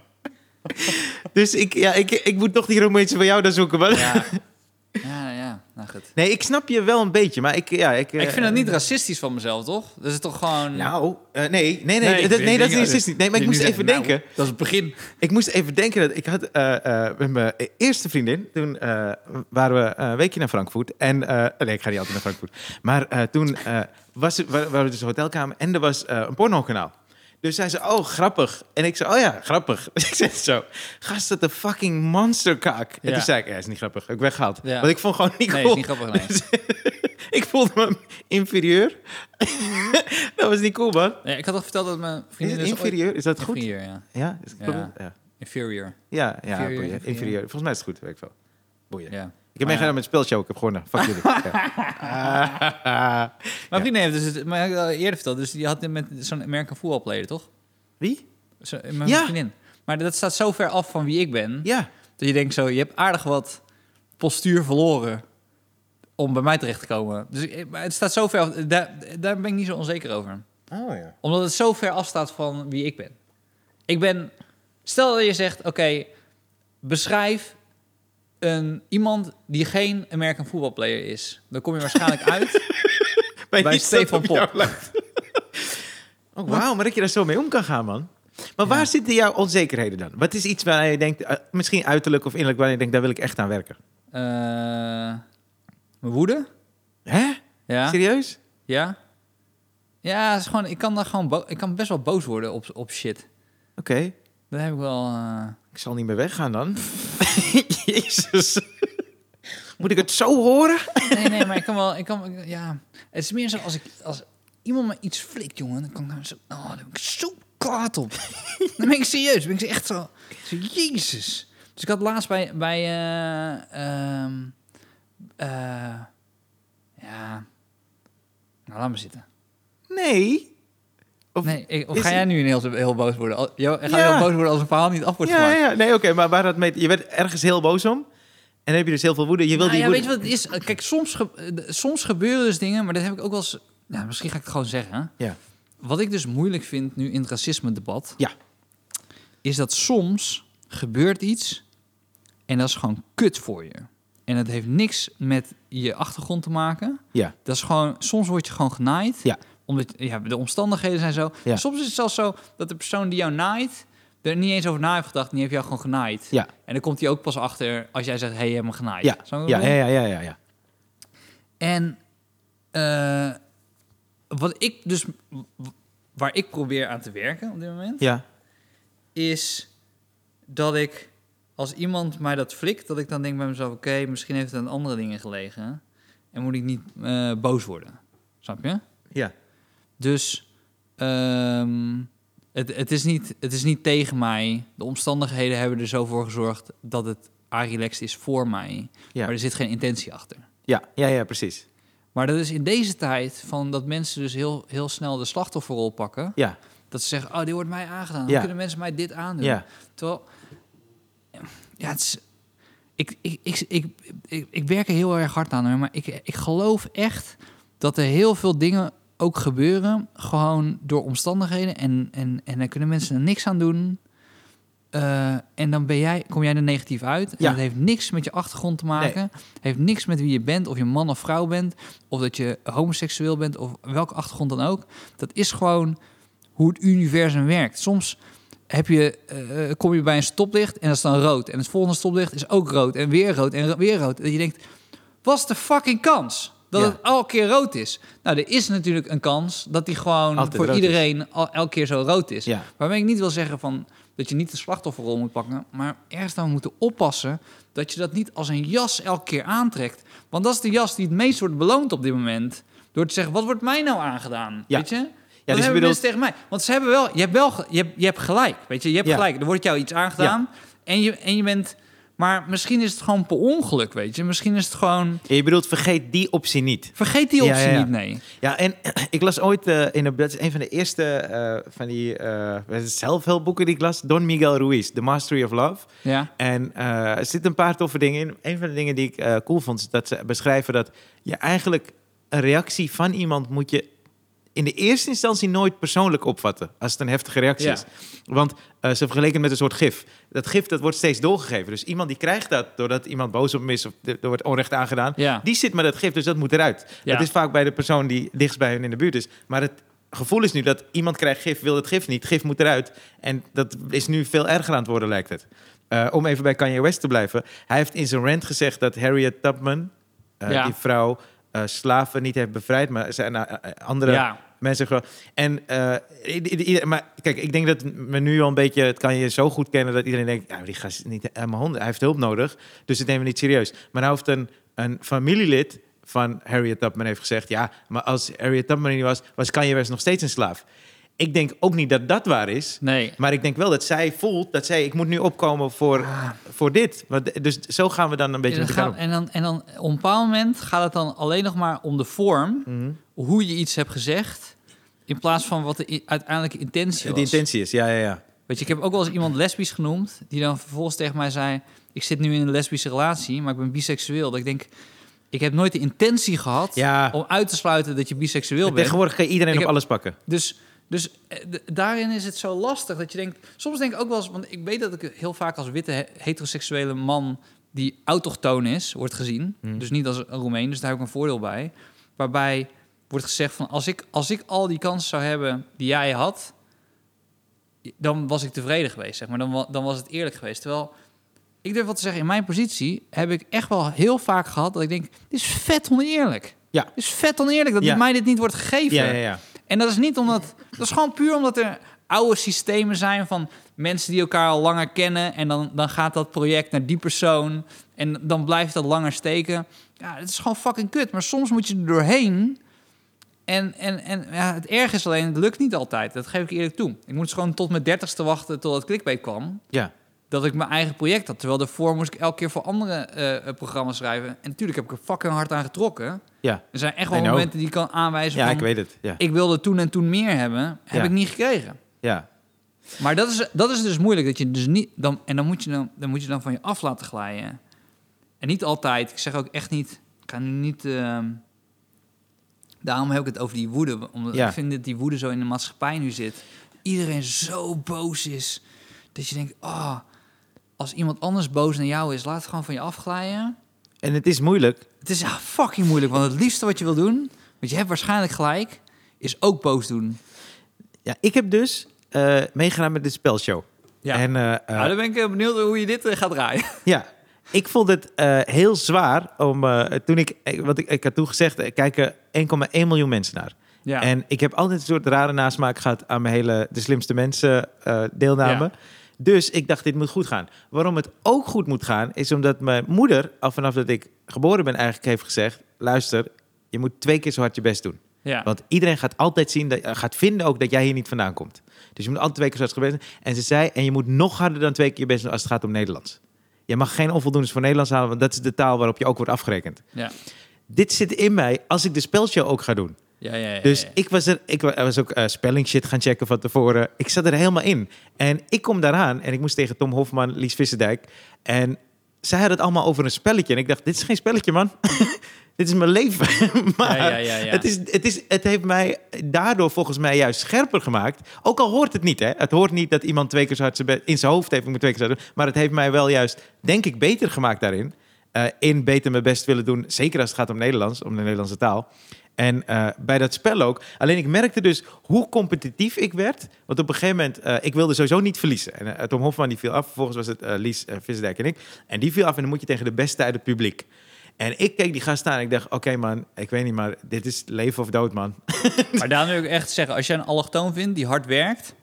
dus ik, ja, ik, ik moet toch die Roemeense van jou daar zoeken. Maar... Ja. ja, ja. Nou goed. Nee, ik snap je wel een beetje, maar ik... Ja, ik, eh, Ik vind dat niet racistisch van mezelf, toch? Dat is toch gewoon... Nou, eh, nee, nee, nee, nee, dat, nee, dat is niet racistisch. Nee, maar ik Nu moest zeg even nou, denken. dat is het begin. Ik moest even denken dat ik had eh, eh, met mijn eerste vriendin. Toen eh, waren we een weekje naar Frankfurt. En eh, nee, ik ga niet altijd naar Frankfurt. Maar eh, toen eh, was het, wa- waren we dus een hotelkamer en er was eh, een pornokanaal. Dus zij zei, oh, grappig. En ik zei, oh ja, grappig. Dus ik zei zo, gast, dat de fucking monsterkaak. En Ja. toen zei ik, ja, is niet grappig. Ik weggehaald. Ja. Want ik vond gewoon niet Nee, cool. is niet grappig. Nee. ik voelde me inferieur. dat was niet cool, man. Nee, ik had al verteld dat mijn Is Mhm. vriendin... het dus ooit- inferieur? Is dat goed? Inferieur, ja. Ja, is het Ja. klopt? ja. Inferior, Ja, ja Inferieur, boeien. inferieur. inferieur. Volgens mij is het goed, weet ik veel. Boeien. ja. Ik heb meegedaan met het spelshow, ik heb gewonnen. Fuck jullie. Ja. Mijn vriendin heeft dus... Het, maar ik had al eerder verteld, dus die had met zo'n American Football player, toch? Wie? Zo, mijn Ja. vriendin. Maar dat staat zo ver af van wie ik ben. Ja. Dat je denkt zo, je hebt aardig wat postuur verloren om bij mij terecht te komen. Dus ik- maar het staat zo ver af. eh, Daar, daar ben ik niet zo onzeker over. Oh ja. Omdat het zo ver afstaat van wie ik ben. Ik ben... Stel dat je zegt, oké, beschrijf een, iemand die geen American football player is. Dan kom je waarschijnlijk uit. Bij, Bij Stefan Stefan Pop. oh, wauw, maar dat je daar zo mee om kan gaan, man. Maar waar zitten jouw onzekerheden dan? Wat is iets waar je denkt, eh, misschien uiterlijk of innerlijk, waar je denkt, daar wil ik echt aan werken? Eh, mijn woede? Hè? Ja. Serieus? Ja. Ja, het is gewoon, ik kan, daar gewoon bo- ik kan best wel boos worden op, op shit. Oké, Dat heb ik wel. eh, ik zal niet meer weggaan dan. Jezus. Moet ik het zo horen? Nee, nee, maar ik kan wel. Ik kan, ik- ja. Het is meer zo als, ik, als iemand me iets flikt, jongen. Dan kan ik daar zo. Oh, daar ben ik zo kwaad op. dan ben ik serieus. Ben ik echt zo. zo Jezus. Dus ik had laatst bij. bij eh, ehm, eh, ja. Nou, laat me zitten. Nee. Of- Nee, ik- of is ga jij het- nu een heel, heel boos worden? Al- jou- Ga je Ja. heel boos worden als een verhaal niet af wordt Ja, gemaakt? ja, nee, oké, maar waar dat mee... Je werd ergens heel boos om. En dan heb je dus heel veel woede. Je wil Nou die ja, woede... weet je wat het is? Kijk, soms, ge- eh, de- soms gebeuren dus dingen, maar dat heb ik ook wel eens... Nou, misschien ga ik het gewoon zeggen. hè? Ja. Wat ik dus moeilijk vind nu in het racisme-debat... Ja. is dat soms gebeurt iets en dat is gewoon kut voor je. En dat heeft niks met je achtergrond te maken. Ja. Dat is gewoon, soms word je gewoon genaaid. Ja. Omdat ja, de omstandigheden zijn zo. Ja. Soms is het zelfs zo dat de persoon die jou naait, er niet eens over na heeft gedacht. en Die heeft jou gewoon genaaid. Ja. En dan komt hij ook pas achter als jij zegt, hey, je hebt me genaaid. Ja. Snap je wat ik Ja, bedoel? ja, ja, ja, ja, ja. En eh, wat ik dus, waar ik probeer aan te werken op dit moment, Ja. is dat ik als iemand mij dat flikt, dat ik dan denk bij mezelf: oké, misschien heeft het aan andere dingen gelegen en moet ik niet eh, boos worden. Snap je? Ja. Dus ehm, het, het, is niet, het is niet tegen mij. De omstandigheden hebben er zo voor gezorgd dat het relaxed is voor mij. Ja. Maar er zit geen intentie achter. Ja, ja, ja, precies. Maar dat is in deze tijd van dat mensen dus heel, heel snel de slachtofferrol pakken. Ja, Dat ze zeggen, oh, die wordt mij aangedaan. Hoe Ja. kunnen mensen mij dit aandoen? ja. Terwijl, ja, het is, ik, ik, ik, ik, ik, ik werk er heel erg hard aan, hoor, maar ik, ik geloof echt dat er heel veel dingen ook gebeuren, gewoon door omstandigheden. En, en, en daar kunnen mensen er niks aan doen. Eh, en dan ben jij, kom jij er negatief uit. En Ja. dat heeft niks met je achtergrond te maken. Heeft niks met wie je bent, of je man of vrouw bent, of dat je homoseksueel bent, of welke achtergrond dan ook. Dat is gewoon hoe het universum werkt. Soms heb je, eh, eh, kom je bij een stoplicht en dat is dan rood. En het volgende stoplicht is ook rood en weer rood en ro- weer rood. En je denkt, wat is de fucking kans dat Ja. het elke keer rood is? Nou, er is natuurlijk een kans dat die gewoon Altijd voor rood is. iedereen al, elke keer zo rood is. Ja. Waarmee ik niet wil zeggen van, dat je niet de slachtofferrol moet pakken, maar ergens dan moeten oppassen dat je dat niet als een jas elke keer aantrekt. Want dat is de jas die het meest wordt beloond op dit moment. Door te zeggen, wat wordt mij nou aangedaan? Ja. Weet je? dus Ja, je dat hebben bedoelt- mensen tegen mij. Want ze hebben wel, je hebt wel, ge- je hebt, je hebt gelijk, weet je, je hebt Ja. gelijk. Er wordt jou iets aangedaan en, je, en je bent, maar misschien is het gewoon per ongeluk, weet je. Misschien is het gewoon, En je bedoelt, vergeet die optie niet. vergeet die Ja, optie ja, ja. niet, nee. Ja, en ik las ooit eh, in een, dat is een van de eerste eh, van die eh zelfhulpboeken die ik las, Don Miguel Ruiz, The Mastery of Love. Ja, En eh, er zitten een paar toffe dingen in. Een van de dingen die ik eh, cool vond, is dat ze beschrijven dat je eigenlijk een reactie van iemand moet je in de eerste instantie nooit persoonlijk opvatten. Als het een heftige reactie Ja. is. Want eh, ze vergeleken het met een soort gif. Dat gif dat wordt steeds doorgegeven. Dus iemand die krijgt dat doordat iemand boos op hem is of er wordt onrecht aangedaan. ja, Die zit met dat gif, dus dat moet eruit. Ja. Dat is vaak bij de persoon die dichtst bij hun in de buurt is. Maar het gevoel is nu dat iemand krijgt gif, wil het gif niet. Gif moet eruit. En dat is nu veel erger aan het worden, lijkt het. Eh, om even bij Kanye West te blijven. Hij heeft in zijn rant gezegd dat Harriet Tubman, eh, Ja. die vrouw, eh, slaven niet heeft bevrijd, maar zijn eh, eh, andere ja. mensen gewoon. En, eh, i- i- i- maar kijk, ik denk dat we nu al een beetje, het kan je zo goed kennen dat iedereen denkt, nou, die gast is niet helemaal honderd, hij heeft hulp nodig, dus dat nemen we niet serieus. Maar nou heeft een, een familielid van Harriet Tubman heeft gezegd, ja, maar als Harriet Tubman er niet was, was Kanye West nog steeds een slaaf. Ik denk ook niet dat dat waar is. Nee, Maar ik denk wel dat zij voelt dat zij, ik moet nu opkomen voor, voor dit. Want, dus zo gaan we dan een beetje en met dan, elkaar Ah. om. gaan- en, dan, en dan op een bepaald moment gaat het dan alleen nog maar om de vorm, Mhm. hoe je iets hebt gezegd, in plaats van wat de i- uiteindelijke intentie was. Die intentie is, ja, ja, ja. Weet je, ik heb ook wel eens iemand lesbisch genoemd, die dan vervolgens tegen mij zei: Ik zit nu in een lesbische relatie, maar ik ben biseksueel. Dat ik denk, ik heb nooit de intentie gehad ja. om uit te sluiten dat je biseksueel bent. Tegenwoordig kan je iedereen Ik op heb- alles pakken. Dus, dus eh, d- daarin is het zo lastig dat je denkt. Soms denk ik ook wel eens, want ik weet dat ik heel vaak als witte he- heteroseksuele man die autochtoon is, wordt gezien. Hmm. Dus niet als een Roemeen, dus daar heb ik een voordeel bij. Waarbij wordt gezegd van als ik, als ik al die kansen zou hebben die jij had, dan was ik tevreden geweest, zeg maar. Dan, wa- dan was het eerlijk geweest. Terwijl, ik durf wel te zeggen, in mijn positie heb ik echt wel heel vaak gehad dat ik denk, dit is vet oneerlijk. Ja. Dit is vet oneerlijk dat Ja. mij dit niet wordt gegeven. Ja, ja, ja. En dat is niet omdat. Dat is gewoon puur omdat er oude systemen zijn van mensen die elkaar al langer kennen. En dan, dan gaat dat project naar die persoon. En dan blijft dat langer steken. Ja, het is gewoon fucking kut. Maar soms moet je er doorheen. En, en, en ja, het erg is alleen, het lukt niet altijd. Dat geef ik eerlijk toe. Ik moest gewoon tot mijn dertigste wachten tot het clickbait kwam. Ja. Dat ik mijn eigen project had. Terwijl daarvoor moest ik elke keer voor andere eh, eh, programma's schrijven. En natuurlijk heb ik er fucking hard aan getrokken. Ja. Er zijn echt wel I know. momenten die ik kan aanwijzen Ja, van ik weet het. Ja. ik wilde toen en toen meer hebben, heb Ja. ik niet gekregen. Ja. Maar dat is, dat is dus moeilijk. Dat je dus niet, dan, en dan moet, je dan, dan moet je dan van je af laten glijden. En niet altijd. Ik zeg ook echt niet. Ik ga nu niet. ehm, daarom heb ik het over die woede. Omdat Ja. ik vind dat die woede zo in de maatschappij nu zit. Iedereen zo boos is. Dat je denkt: ah, als iemand anders boos naar jou is, laat het gewoon van je afglijden. En het is moeilijk. Het is ah, fucking moeilijk. Want het liefste wat je wil doen, want je hebt waarschijnlijk gelijk, is ook boos doen. Ja, ik heb dus eh, meegedaan met de spelshow. Ja. En, eh, eh, Nou, dan ben ik eh, benieuwd hoe je dit eh, gaat draaien. Ja, ik vond het eh, heel zwaar om eh, toen ik, eh, wat ik, ik had toen gezegd, eh, kijken 1,1 miljoen mensen naar. Ja. En ik heb altijd een soort rare nasmaak gehad aan mijn hele de slimste mensen eh, deelname. Dus ik dacht, dit moet goed gaan. Waarom het ook goed moet gaan, is omdat mijn moeder, al vanaf dat ik geboren ben, eigenlijk heeft gezegd: luister, je moet twee keer zo hard je best doen. ja. Want iedereen gaat altijd zien, dat, eh, gaat vinden ook dat jij hier niet vandaan komt. Dus je moet altijd twee keer zoals geweest. En ze zei, en je moet nog harder dan twee keer je best doen als het gaat om Nederlands. Je mag geen onvoldoendes voor Nederlands halen, want dat is de taal waarop je ook wordt afgerekend. ja. Dit zit in mij als ik de spelshow ook ga doen. Ja, ja, ja, Dus ja. ik was er, ik wa- was ook eh, spelling shit gaan checken van tevoren. Ik zat er helemaal in. En ik kom daaraan en ik moest tegen Tom Hofman, Lies Visserdijk. En zij had het allemaal over een spelletje. En ik dacht, dit is geen spelletje, man. dit is mijn leven. maar Ja, ja, ja, ja. Het, is, het, is, het heeft mij daardoor volgens mij juist scherper gemaakt. Ook al hoort het niet, hè. Het hoort niet dat iemand twee keer zo hard zijn best- in zijn hoofd heeft. Ik moet twee keer zo hard doen. Maar het heeft mij wel juist, denk ik, beter gemaakt daarin. Eh, in beter mijn best willen doen. Zeker als het gaat om Nederlands, om de Nederlandse taal. En eh, bij dat spel ook. Alleen ik merkte dus hoe competitief ik werd. Want op een gegeven moment, eh, ik wilde sowieso niet verliezen. En eh, Tom Hofman die viel af. Vervolgens was het eh, Lies eh, Visserdijk en ik. En die viel af en dan moet je tegen de beste uit het publiek. En ik keek die gast aan en ik dacht, oké man, ik weet niet, maar dit is leven of dood man. Maar daarom wil ik echt zeggen, als je een allochtoon vindt die hard werkt...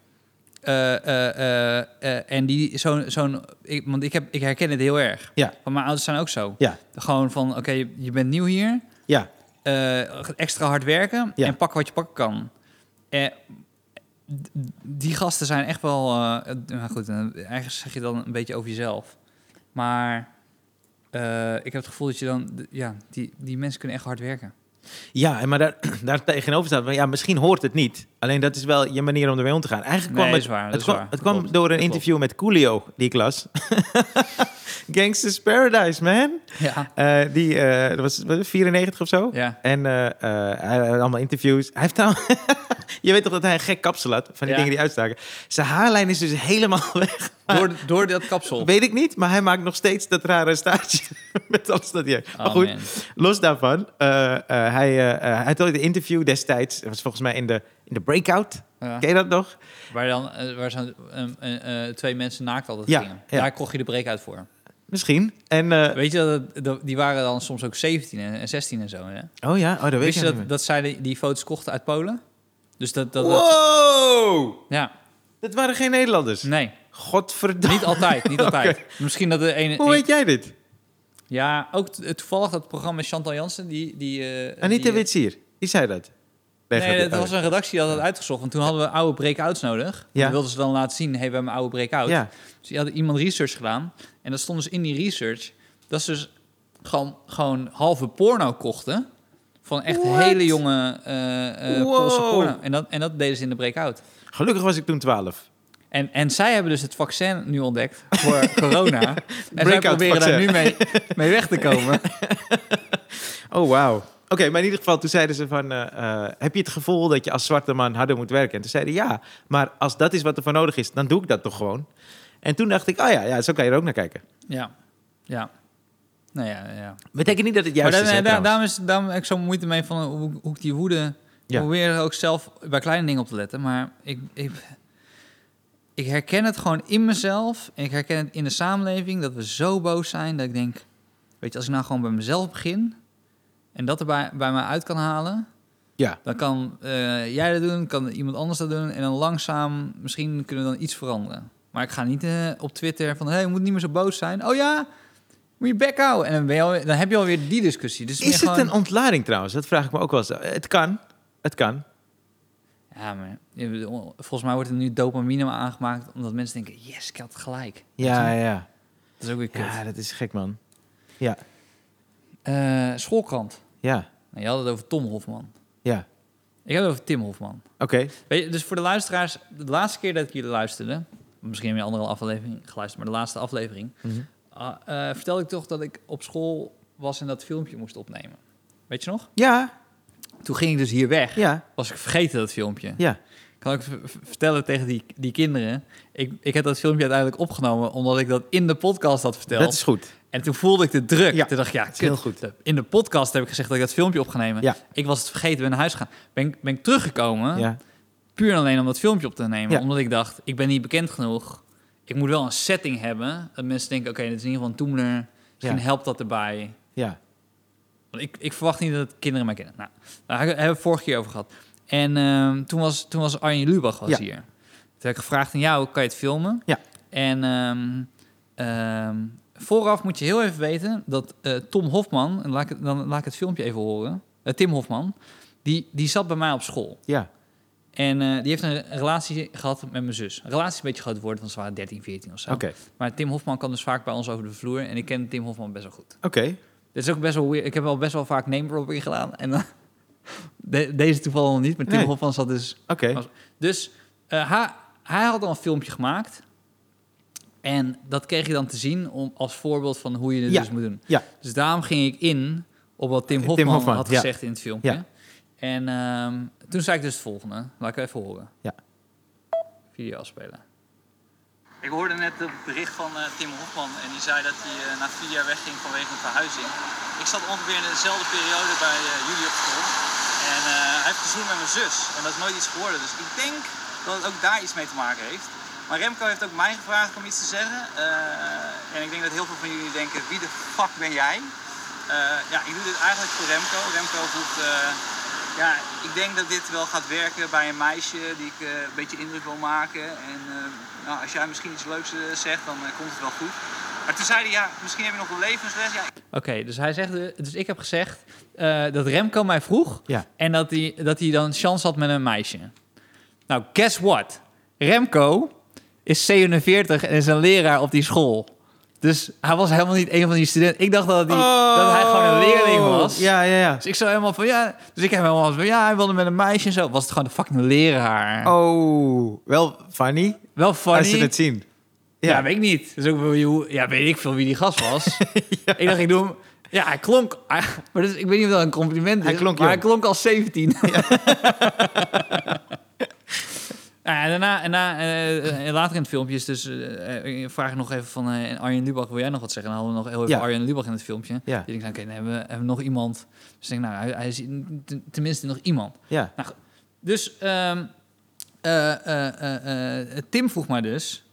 eh, eh, eh, eh, en die zo'n... zo'n ik, want ik, heb, ik herken het heel erg. Ja. Van mijn ouders zijn ook zo. Ja, Gewoon van, oké, je, je bent nieuw hier. ja, eh, extra hard werken Ja. en pak wat je pakken kan. Eh, d- die gasten zijn echt wel... eh, eh, nou goed, eh, eigenlijk zeg je dan een beetje over jezelf. Maar eh, ik heb het gevoel dat je dan... d- Ja, die, die mensen kunnen echt hard werken. ja. En maar daar, daar tegenover staat, maar ja, misschien hoort het niet. Alleen dat is wel je manier om ermee om te gaan. Eigenlijk kwam Nee, het, is waar, dat het is kwam, waar. het Dat kwam klopt, door een dat interview met Coolio, die ik las. Gangsters Paradise, man. Ja. Eh, die eh, dat was, was het 94 of zo. Ja. En eh, eh, hij had allemaal interviews. Hij heeft nou... je weet toch dat hij een gek kapsel had van die Ja. dingen die uitstaken. Zijn haarlijn is dus helemaal weg. Door, door dat kapsel. Ah. Weet ik niet, maar hij maakt nog steeds dat rare staartje met alles dat hij heeft. maar Oh, goed, man. los daarvan. eh, eh, hij, eh, eh, hij had ooit een interview destijds. Dat was volgens mij in de, in de Breakout. Ja. Ken je dat nog? Waar dan eh, waar zijn, ehm, eh, eh, twee mensen naakt altijd Ja, gingen. ja. Daar kocht je de breakout voor. Misschien. En, eh, Weet je, dat, het- dat- die waren dan soms ook 17 en en 16 en zo. Hè? oh ja, oh, dat weet Wist ik je niet meer. dat, dat zij die, die foto's kochten uit Polen? Dus dat... dat, dat- Wow! ja, Dat waren geen Nederlanders. nee. Godverdomme. Niet altijd, niet altijd. Oké. Misschien dat de ene... Hoe weet jij dit? ja, ook to- toevallig dat programma Chantal Jansen, die... die eh, Anita die, Witsier. Die zei dat. Nee, gaat- dat was een redactie die had dat uitgezocht. Want toen hadden we oude breakouts nodig. Ja. Dan wilden ze dan laten zien, hey, we hebben een oude breakout. Ja. Dus die hadden iemand research gedaan. En dat stond dus in die research. Dat ze dus gewoon, gewoon halve porno kochten. Van echt What? hele jonge eh eh Wow. Poolse porno. En dat, en dat deden ze in de breakout. Gelukkig was ik toen 12. En, en zij hebben dus het vaccin nu ontdekt voor corona. En zij Breakout proberen daar vaccin. nu mee, mee weg te komen. Oh, wauw. Oké, maar in ieder geval, toen zeiden ze van... eh, eh, heb je het gevoel dat je als zwarte man harder moet werken? En toen zeiden ja, maar als dat is wat er voor nodig is... dan doe ik dat toch gewoon. En toen dacht ik, oh ja, ja zo kan je er ook naar kijken. Ja, ja. Nou ja, ja. Betekent niet dat het Maar eh, juist daar, is, hè, daar- trouwens. daarom, is, daarom heb ik zo'n moeite mee van hoe, hoe ik die woede... Ja. probeer ook zelf bij kleine dingen op te letten. Maar ik, ik, ik herken het gewoon in mezelf en ik herken het in de samenleving dat we zo boos zijn dat ik denk, weet je, als ik nou gewoon bij mezelf begin en dat er bij, bij mij uit kan halen, Ja. dan kan eh, jij dat doen, kan iemand anders dat doen en dan langzaam misschien kunnen we dan iets veranderen. Maar ik ga niet eh, op Twitter van, hé, hey, je moet niet meer zo boos zijn. Oh ja, moet je bek houden. En dan, ben je alweer- dan heb je alweer die discussie. Dus meer Is het gewoon- een ontlading trouwens? Dat vraag ik me ook wel eens. Eh, Het kan. Het kan. Ja, maar je bedoel, volgens mij wordt er nu dopamine aangemaakt omdat mensen denken, yes, ik had gelijk. Ja, ja. Dat is ook weer kut. Ja, dat is gek, man. Ja, Eh, schoolkrant. ja, Nou, je had het over Tom Hofman. ja. Ik heb het over Tim Hofman. Oké. Weet je, dus voor de luisteraars, de laatste keer dat ik jullie luisterde, misschien heb je een andere aflevering geluisterd, maar de laatste aflevering, Mhm. ah, eh, vertelde ik toch dat ik op school was en dat filmpje moest opnemen. Weet je nog? Ja, Toen ging ik dus hier weg. ja, Was ik vergeten dat filmpje. ja. Kan ik v- v- vertellen tegen die, die kinderen. Ik, ik heb dat filmpje uiteindelijk opgenomen omdat ik dat in de podcast had verteld. Dat is goed. En toen voelde ik de druk. Ja, Toen dacht ik, ja, kut. heel goed. In de podcast heb ik gezegd dat ik dat filmpje op ga nemen. Ja. Ik was het vergeten, ben naar huis gegaan. Ben, ik- ben ik teruggekomen, Ja, puur en alleen om dat filmpje op te nemen. Ja. Omdat ik dacht, ik ben niet bekend genoeg. Ik moet wel een setting hebben. Dat mensen denken, oké, dit is in ieder geval een toener. Misschien Ja. helpt dat erbij. ja. Want ik, ik verwacht niet dat kinderen mij kennen. Nou, daar hebben we het vorige keer over gehad. En ehm, toen, was, toen was Arjen Lubach was Ja. hier. Toen heb ik gevraagd aan jou, kan je het filmen? Ja. En ehm, ehm, vooraf moet je heel even weten dat eh, Tom Hofman... En laat ik, het- dan laat ik het filmpje even horen. eh, Tim Hofman, die, die zat bij mij op school. Ja, En eh, die heeft een relatie gehad met mijn zus. Een relatie is een beetje groot woord, want ze waren 13, 14 of zo. oké. Maar Tim Hofman kan dus vaak bij ons over de vloer. En ik ken Tim Hofman best wel goed. Oké. Dit is ook best wel weird. Ik heb al best wel vaak name dropping gedaan. En dan- de- deze toevallig nog niet, maar Tim Nee. Hofman zat dus... Oké. Was- Dus eh, hij, hij had al een filmpje gemaakt. En dat kreeg je dan te zien om, als voorbeeld van hoe je het Ja, dus moet doen. ja. Dus daarom ging ik in op wat Tim Tim Hofman, Hofman, had ja. gezegd in het filmpje. Ja. En ehm, toen zei ik dus het volgende. Laat ik even horen. Ja. Video afspelen. Ik hoorde net het bericht van eh, Tim Hofman en die zei dat hij eh, na vier jaar wegging vanwege een verhuizing. Ik zat ongeveer in dezelfde periode bij eh, jullie op school en eh, hij heeft gezoend met mijn zus en dat is nooit iets geworden. Dus ik denk dat het ook daar iets mee te maken heeft. Maar Remco heeft ook mij gevraagd om iets te zeggen Eh, en ik denk dat heel veel van jullie denken wie de fuck ben jij? Eh, ja, ik doe dit eigenlijk voor Remco. Remco voelt eh, ja, ik denk dat dit wel gaat werken bij een meisje die ik eh, een beetje indruk wil maken. En eh, nou, als jij misschien iets leuks eh, zegt, dan eh, komt het wel goed. Maar toen zei hij, ja, misschien heb je nog een levensles. Oké, dus hij zegt, dus ik heb gezegd eh, dat Remco mij vroeg Ja. en dat hij, dat hij dan chance had met een meisje. Nou, guess what? Remco is 47 en is een leraar op die school. Dus hij was helemaal niet een van die studenten. Ik dacht dat hij, dat hij gewoon een leerling was. Oh, Ja, ja, ja. Dus ik zou helemaal van ja. Dus ik heb helemaal van ja, hij wilde met een meisje en zo. Was het gewoon een fucking leraar. Oh, wel funny. Wel Als ze funny. het zien. ja. Ja, weet ik niet. Dus ook wel wie- hoe, ja, weet ik veel wie die gast was. Ik dacht, ik doe hem. Ja, hij klonk. hij- maar dus, ik weet niet of dat een compliment is. Hij klonk maar hij jong. klonk als 17. Ja. Nou Ja, en daarna, en na, eh, eh, later in het filmpje is dus, eh, eh, vraag ik nog even van eh, en Arjen Lubach, wil jij nog wat zeggen? Dan hadden we nog heel even Ja. Arjen Lubach in het filmpje. Ja. Die denkt, nou, oké, dan hebben we, hebben we nog iemand. Dus ik denk, nou, hij, hij is ten- tenminste nog iemand. ja. Nou, goed. dus ehm, eh, eh, eh, eh, Tim vroeg mij dus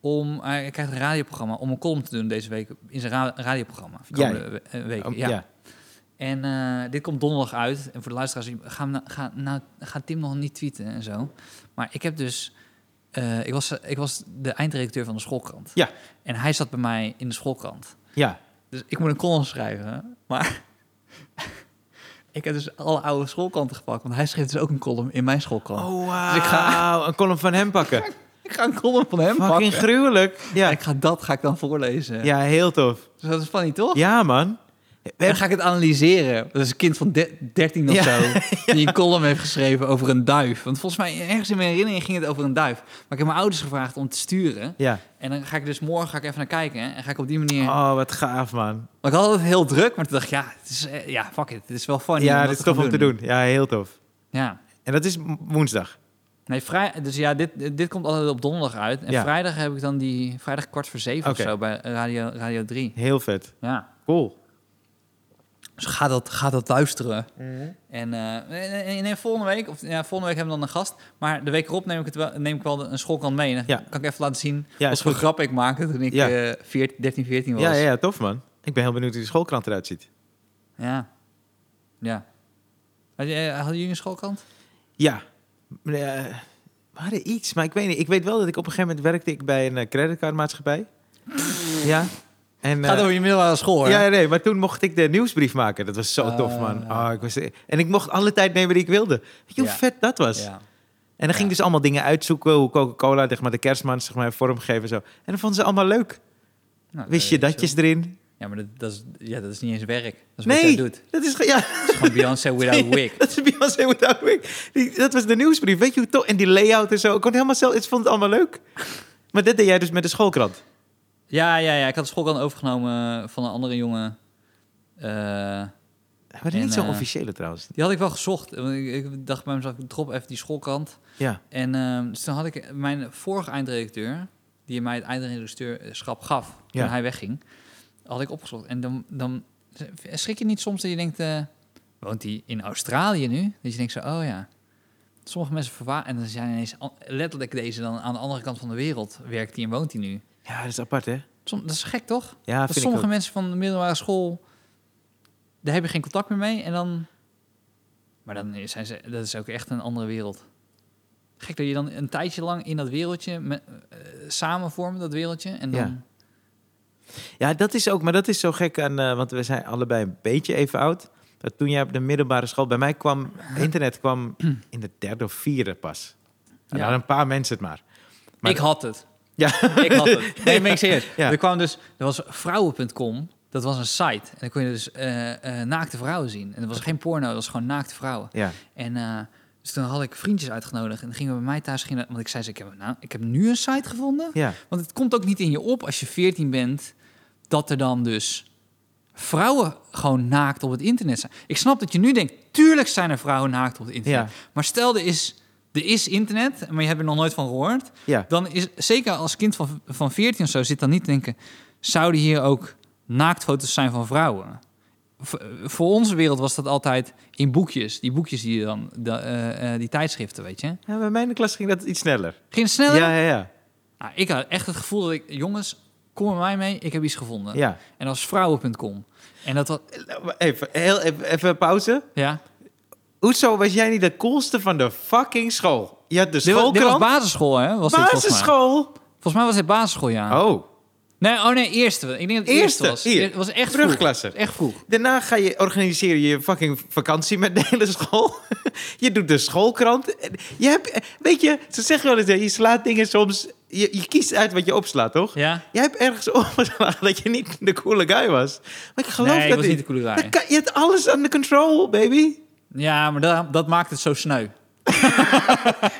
om, eh, hij krijgt een radioprogramma om een column te doen deze week in zijn ra- radioprogramma. De komende Jij? we- eh, weken, Oh, ja. ja. En eh, dit komt donderdag uit. En voor de luisteraars, ga, hem nou, ga, nou, ga Tim nog niet tweeten en zo. Maar ik heb dus, eh, ik, was, ik was de eindredacteur van de schoolkrant. Ja. En hij zat bij mij in de schoolkrant. Ja. Dus ik moet een column schrijven. Maar ik heb dus alle oude schoolkanten gepakt. Want hij schreef dus ook een column in mijn schoolkrant. Oh, Dus ik ga- wauw. Een column van hem pakken. Ik ga een column van hem pakken. Fucking gruwelijk. En Ja. ik ga dat ga ik dan voorlezen. ja, heel tof. Dus dat is funny, toch? Ja, man. We En dan hebben- ga ik het analyseren. Dat is een kind van de- 13 of Ja. zo. Die een column heeft geschreven over een duif. Want volgens mij, ergens in mijn herinnering ging het over een duif. Maar ik heb mijn ouders gevraagd om te sturen. Ja. En dan ga ik dus morgen ga ik even naar kijken. hè. En ga ik op die manier... Oh, wat gaaf, man. Maar ik had het heel druk. Maar toen dacht ik, ja, het is, eh, ja fuck it. Het is wel funny Ja, dat dit is tof om te doen. Ja, heel tof. Ja. En dat is m- woensdag. Nee, vrij, dus ja, dit, dit komt altijd op donderdag uit. En Ja. vrijdag heb ik dan die... Vrijdag kwart voor zeven Oké. of zo bij Radio, Radio 3. Heel vet. Ja. Cool. Dus ga dat, ga dat luisteren. En, eh, en, en, en volgende week, of ja, volgende week hebben we dan een gast. Maar de week erop neem ik, het wel, neem ik wel een schoolkant mee. Dan Ja. kan ik even laten zien Ja, wat is voor goed. grap ik maakte toen ik Ja. eh 14, 13, 14 was. Ja, ja, ja, tof man. Ik ben heel benieuwd hoe de schoolkrant eruit ziet. Ja. Ja. Had je- eh, Hadden jullie een schoolkant? Ja. Eh, we hadden iets, maar ik weet niet. Ik weet wel dat ik op een gegeven moment werkte ik bij een eh, creditcardmaatschappij. ja. En, eh, Gaat over je middelbare school, hè? ja, nee, maar toen mocht ik de nieuwsbrief maken. Dat was zo Ah. tof, man. Ah, ik was, en ik mocht alle tijd nemen die ik wilde. Weet je hoe Ja. vet dat was? Ja. En dan ging ik Ja. dus allemaal dingen uitzoeken. Hoe Coca-Cola zeg maar, de kerstman zeg maar, vormgeven en zo. En dat vonden ze allemaal leuk. Nou, Wist je eh, datjes erin? zo. Ja, maar dat, dat, is, ja, dat is niet eens werk. Dat is wat jij Nee, doet. dat is, ge- ja, Dat is gewoon Beyoncé without wig. dat is Beyoncé Without Wig. Die- Dat was de nieuwsbrief. Weet je hoe tof? En die layout en zo. Ik kon helemaal zelf, ik vond het allemaal leuk. Maar dat deed jij dus met de schoolkrant. Ja, ja, ja. Ik had de schoolkant overgenomen van een andere jongen. Eh, Maar En, niet zo'n eh, officiële trouwens. die had ik wel gezocht. Want ik, ik dacht bij mezelf, ik drop even die schoolkant. Ja. En ehm, dus toen had ik mijn vorige eindredacteur, die mij het eindredacteurschap gaf, toen Ja. hij wegging, had ik opgezocht. En dan, dan schrik je niet soms dat je denkt, eh, woont hij in Australië nu? Dat je denkt zo, oh ja. Sommige mensen verwaren, en dan zijn ineens an- letterlijk deze dan aan de andere kant van de wereld werkt hij en woont hij nu. ja, dat is apart hè? Som, dat is gek toch? Ja, dat vind ik sommige ook. mensen van de middelbare school, daar heb je geen contact meer mee. En dan, maar dan zijn ze, dat is ook echt een andere wereld. Gek dat je dan een tijdje lang in dat wereldje me- eh, samen vormt, dat wereldje. En dan, Ja. Ja, dat is ook, maar dat is zo gek aan, eh, want we zijn allebei een beetje even oud. Dat toen jij op de middelbare school, bij mij kwam, internet kwam in de derde of vierde pas. En dan Ja. hadden een paar mensen het maar. Maar- ik had het. Ja. Ik had het. Nee, ben ik serieus. Ja. Er kwam dus, er was vrouwen.com, dat was een site. En dan kon je dus eh, eh, naakte vrouwen zien. En dat was geen porno, dat was gewoon naakte vrouwen. Ja, En eh, dus toen had ik vriendjes uitgenodigd. En dan gingen we bij mij thuis. Gingen, want ik zei ze, ik heb, nou, ik heb nu een site gevonden. ja. Want het komt ook niet in je op als je 14 bent dat er dan dus vrouwen gewoon naakt op het internet zijn. Ik snap dat je nu denkt, tuurlijk zijn er vrouwen naakt op het internet. Ja. Maar stel er is, er is internet, maar je hebt er nog nooit van gehoord. ja. Dan is zeker als kind van, van 14 of zo zit dan niet te denken, zouden hier ook naaktfoto's zijn van vrouwen? V- voor onze wereld was dat altijd in boekjes. Die boekjes die je dan, da- eh, eh, die tijdschriften, weet je. Ja, bij mij in de klas ging dat iets sneller. Ging het sneller? Ja, ja, ja. Nou, ik had echt het gevoel dat ik, jongens, kom met mij mee, ik heb iets gevonden. ja. En dat was vrouwen.com. En dat was, Even, heel, even, even pauze. ja. Hoezo was jij niet de coolste van de fucking school? Je had de Dit was, dit was schoolkrant, basisschool, hè? Was Dit, volgens, mij. basisschool. volgens mij was dit basisschool, ja. Oh. Nee, oh nee, eerste. Ik denk dat het eerste, Eerste, was. hier. Het was echt Brugklasse. vroeg. Echt vroeg. Daarna ga je, organiseer je je fucking vakantie met de hele school. je doet de schoolkrant. Je hebt, weet je, ze zeggen wel eens, hè, je slaat dingen soms... Je, je kiest uit wat je opslaat, toch? Ja. Jij hebt ergens opgeslagen dat je niet de coole guy was. Maar ik geloof nee, ik dat was dit- niet de coole guy. dat kan- je hebt alles under control, baby. Ja, maar dat, dat maakt het zo sneu.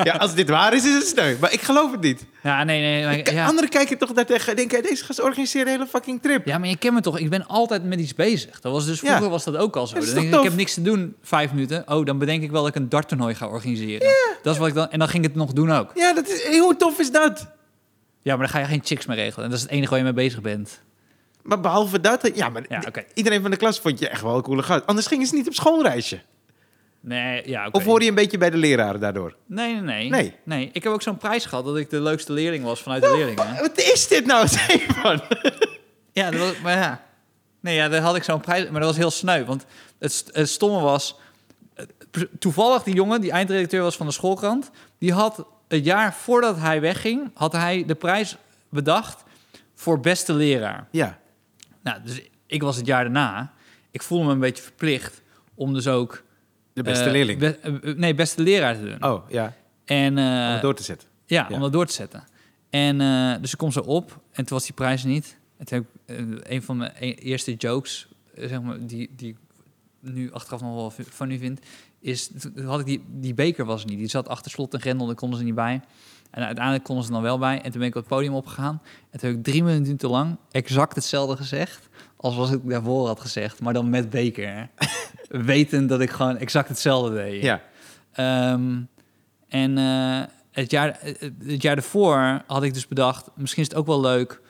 ja, als dit waar is, is het sneu. Maar ik geloof het niet. Ja, nee, nee. maar- K- ja. Anderen kijken toch daartegen en denken... deze gast organiseert een hele fucking trip. ja, maar je kent me toch? Ik ben altijd met iets bezig. Dat was dus, vroeger Ja. was dat ook al zo. Dat is Dan toch denk ik, ik tof? heb niks te doen, vijf minuten. Oh, dan bedenk ik wel dat ik een darttoernooi ga organiseren. Dat is wat ik dan, en dan ging ik het nog doen ook. Ja, dat is, hoe tof is dat? Ja, maar dan ga je geen chicks meer regelen. En dat is het enige waar je mee bezig bent. Maar behalve dat... eh, Ja, maar Ja, d- oké. iedereen van de klas vond je echt wel een coole gast. Anders gingen ze niet op schoolreisje. Nee, ja, oké. Of hoor je een beetje bij de leraren daardoor? Nee, nee, nee, Nee. Ik heb ook zo'n prijs gehad dat ik de leukste leerling was vanuit de leerlingen. Wat is dit nou, Stefan? Ja, dat was, maar ja. Nee, ja, daar had ik zo'n prijs. Maar dat was heel sneu. Want het, st- het stomme was... eh, pre- Toevallig die jongen, die eindredacteur was van de schoolkrant... die had het jaar voordat hij wegging... had hij de prijs bedacht voor beste leraar. Ja. Nou, dus ik was het jaar daarna. Ik voelde me een beetje verplicht om dus ook... De beste eh, leerling. be- eh, nee, beste leraar te doen. Oh, ja. En, Om eh, het door te zetten. Ja, Ja. om dat door te zetten. En eh, dus ik kom zo op en toen was die prijs niet. En toen heb ik eh, een van mijn e- eerste jokes, eh, zeg maar, die, die ik nu achteraf nog wel v- van u vind, is toen toen had ik die, die beker was er niet. Die zat achter slot en grendel, daar konden ze niet bij. En uiteindelijk konden ze er dan wel bij. En toen ben ik op het podium opgegaan. En toen heb ik drie minuten te lang exact hetzelfde gezegd als wat ik daarvoor had gezegd, maar dan met beker. Wetend dat ik gewoon exact hetzelfde deed. Ja. Ehm, en eh, het, jaar, eh, het jaar daarvoor had ik dus bedacht, misschien is het ook wel leuk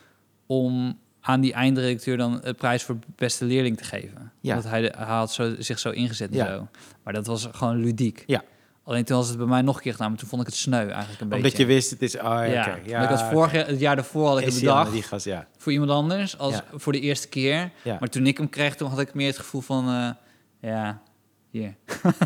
om aan die eindredacteur dan de prijs voor beste leerling te geven. Ja. Dat hij, de- hij had zo, zich zo ingezet en Ja. zo. Maar dat was gewoon ludiek. Ja. Alleen toen was het bij mij nog een keer gedaan, maar toen vond ik het sneu eigenlijk een Omdat beetje. je wist, het is... Oh, ja, ja, oké, ja, Want ik had vorig jaar, het jaar daarvoor had ik oké. het Is die andere, bedacht Die gast, ja. voor iemand anders als Ja. voor de eerste keer. Ja. Maar toen ik hem kreeg, toen had ik meer het gevoel van, eh, ja, hier.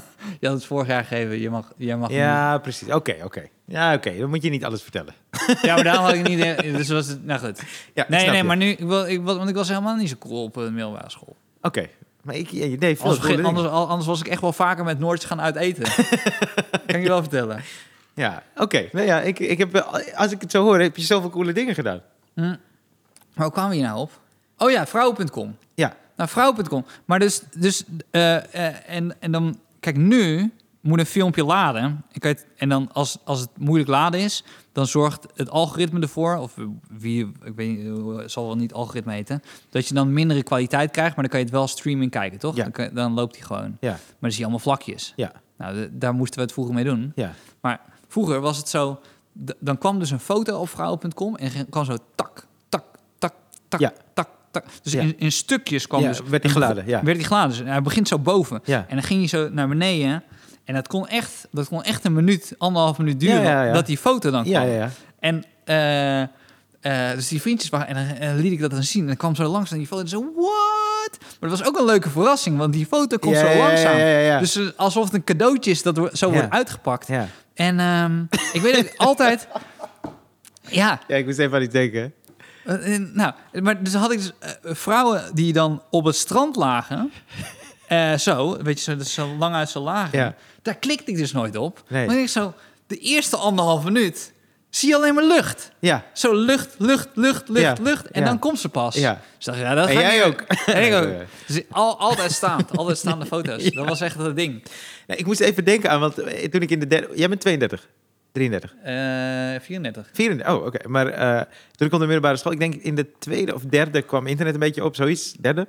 je had het vorig jaar gegeven, je mag, jij mag hem ja, precies. Oké, oké. Ja, oké. Dan moet je niet alles vertellen. Ja, maar daarom had ik niet. Dus was het. Nou goed. Ja, ik Nee, snap nee, je. maar nu. Ik wil, ik, wil- want ik was helemaal niet zo cool op eh, de middelbare school. Oké. Maar ik... ja, nee, veel Anders, coole dingen. anders, al- anders was ik echt wel vaker met Noortjes gaan uiteten. kan ik je wel vertellen. Ja, oké. Nou ja, ik, ik heb, wel- als ik het zo hoor, heb je zoveel coole dingen gedaan. Maar hoe kwamen we hier nou op? Oh ja, vrouwen.com. Ja. Nou, vrouwen.com. Maar dus. dus eh, eh, en, en dan. Kijk, nu moet een filmpje laden. En, kan je het- en dan als, als het moeilijk laden is, dan zorgt het algoritme ervoor, of wie, ik weet niet, hoe- het zal wel niet algoritme heten, dat je dan mindere kwaliteit krijgt, maar dan kan je het wel streaming kijken, toch? Ja. Dan, kan- dan loopt hij gewoon. Ja, Maar dan zie je allemaal vlakjes. ja, Nou, de- daar moesten we het vroeger mee doen. ja. Maar vroeger was het zo, d- dan kwam dus een foto op vrouwen.com en ging- kwam zo tak, tak, tak, tak, Ja. tak, tak. Dus Ja. in, in stukjes kwam Ja, dus... werd die en geladen, ja. Werd die geladen. Dus hij begint zo boven. Ja. En dan ging hij zo naar beneden. En dat kon echt, dat kon echt een minuut, anderhalf minuut duren, Ja, ja, ja. dat die foto dan kwam. Ja, ja, ja. En eh, eh, dus die vriendjes waren, en dan en dan liet ik dat dan zien. En dan kwam zo langs en die foto en zo, what? Maar dat was ook een leuke verrassing, want die foto komt Ja, zo ja, ja, langzaam. ja, ja, ja. Dus eh, alsof het een cadeautje is dat wo- zo Ja. wordt uitgepakt. Ja. En ehm, ik weet ook altijd... Ja, Ja, ik moest even aan iets denken. eh, eh, nou, maar dus had ik dus eh, vrouwen die dan op het strand lagen... eh, zo, weet je, zo, dat ze zo lang uit zo lagen. Ja. Daar klikte ik dus nooit op. Nee. Maar ik zo, de eerste anderhalf minuut zie je alleen maar lucht. Ja. Zo lucht, lucht, lucht, lucht, Ja, lucht. En ja. dan komt ze pas. Ja. Dus dacht ik, ja, dat En ga ik jij niet- ook. En ik Ja, ja. ook. Dus al, altijd staand. Altijd staande foto's. Dat was echt het ding. Nou, ik moest even denken aan, want eh, toen ik in de derde... Jij bent 32, 33, Eh 34. 34. Oh, oké. Maar eh, toen ik op de middelbare school, ik denk in de tweede of derde kwam internet een beetje op, zoiets, derde.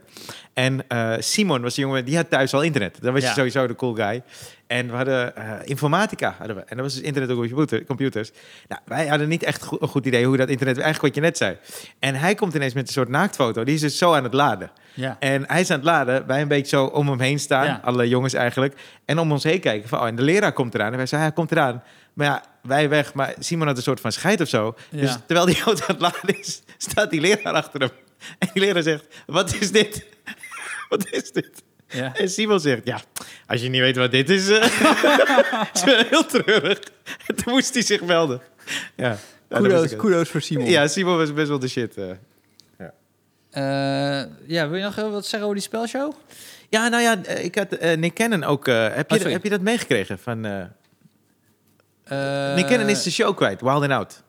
En eh, Simon was een jongen, die had thuis al internet. Dan was je Ja. sowieso de cool guy. En we hadden eh, informatica, hadden we. En dat was dus internet op computer, computers. Nou, wij hadden niet echt go- een goed idee hoe dat internet, eigenlijk wat je net zei. En hij komt ineens met een soort naaktfoto. Die is dus zo aan het laden. Ja. En hij is aan het laden, wij een beetje zo om hem heen staan, Ja. alle jongens eigenlijk. En om ons heen kijken van, oh, en de leraar komt eraan. En wij zeiden, hij komt eraan. Maar ja, wij weg, maar Simon had een soort van scheid of zo. Ja. Dus terwijl die auto aan het laden is, staat die leraar achter hem. En die leraar zegt, wat is dit? wat is dit? Ja. En Simon zegt, ja, als je niet weet wat dit is, eh, het is wel heel treurig. En toen moest hij zich melden. Ja, nou, dat wist ik Kudos, het. kudos voor Simon. Ja, Simon was best wel de shit. eh. Eh, ja, wil je nog even wat zeggen over die spelshow? Ja, nou ja, eh, ik had eh, Nick Cannon ook. eh, heb, je, Oh, sorry. heb je dat meegekregen? Van, eh Eh Nick Cannon is de show kwijt, Wild and Out.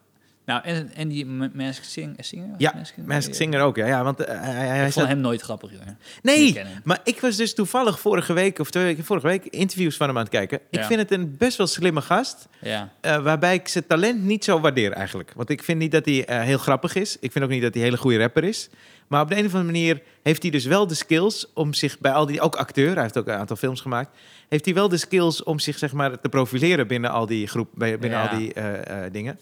Nou, en, en die Ma- Masked Sing- Singer? Ja, Masked- Masked Singer ook. Ja, ja want eh, hij, hij- hij Ik zat- vond hem nooit grappig, joh. Nick Nee, Cannon. maar ik was dus toevallig vorige week of twee weken vorige week interviews van hem aan het kijken. Ik Ja. vind het een best wel slimme gast, Ja. eh, waarbij ik zijn talent niet zo waardeer eigenlijk. Want ik vind niet dat hij eh, heel grappig is. Ik vind ook niet dat hij een hele goede rapper is. Maar op de een of andere manier heeft hij dus wel de skills om zich bij al die, ook acteur, hij heeft ook een aantal films gemaakt, heeft hij wel de skills om zich zeg maar te profileren binnen al die groep, bij- binnen Ja. al die eh, eh, dingen.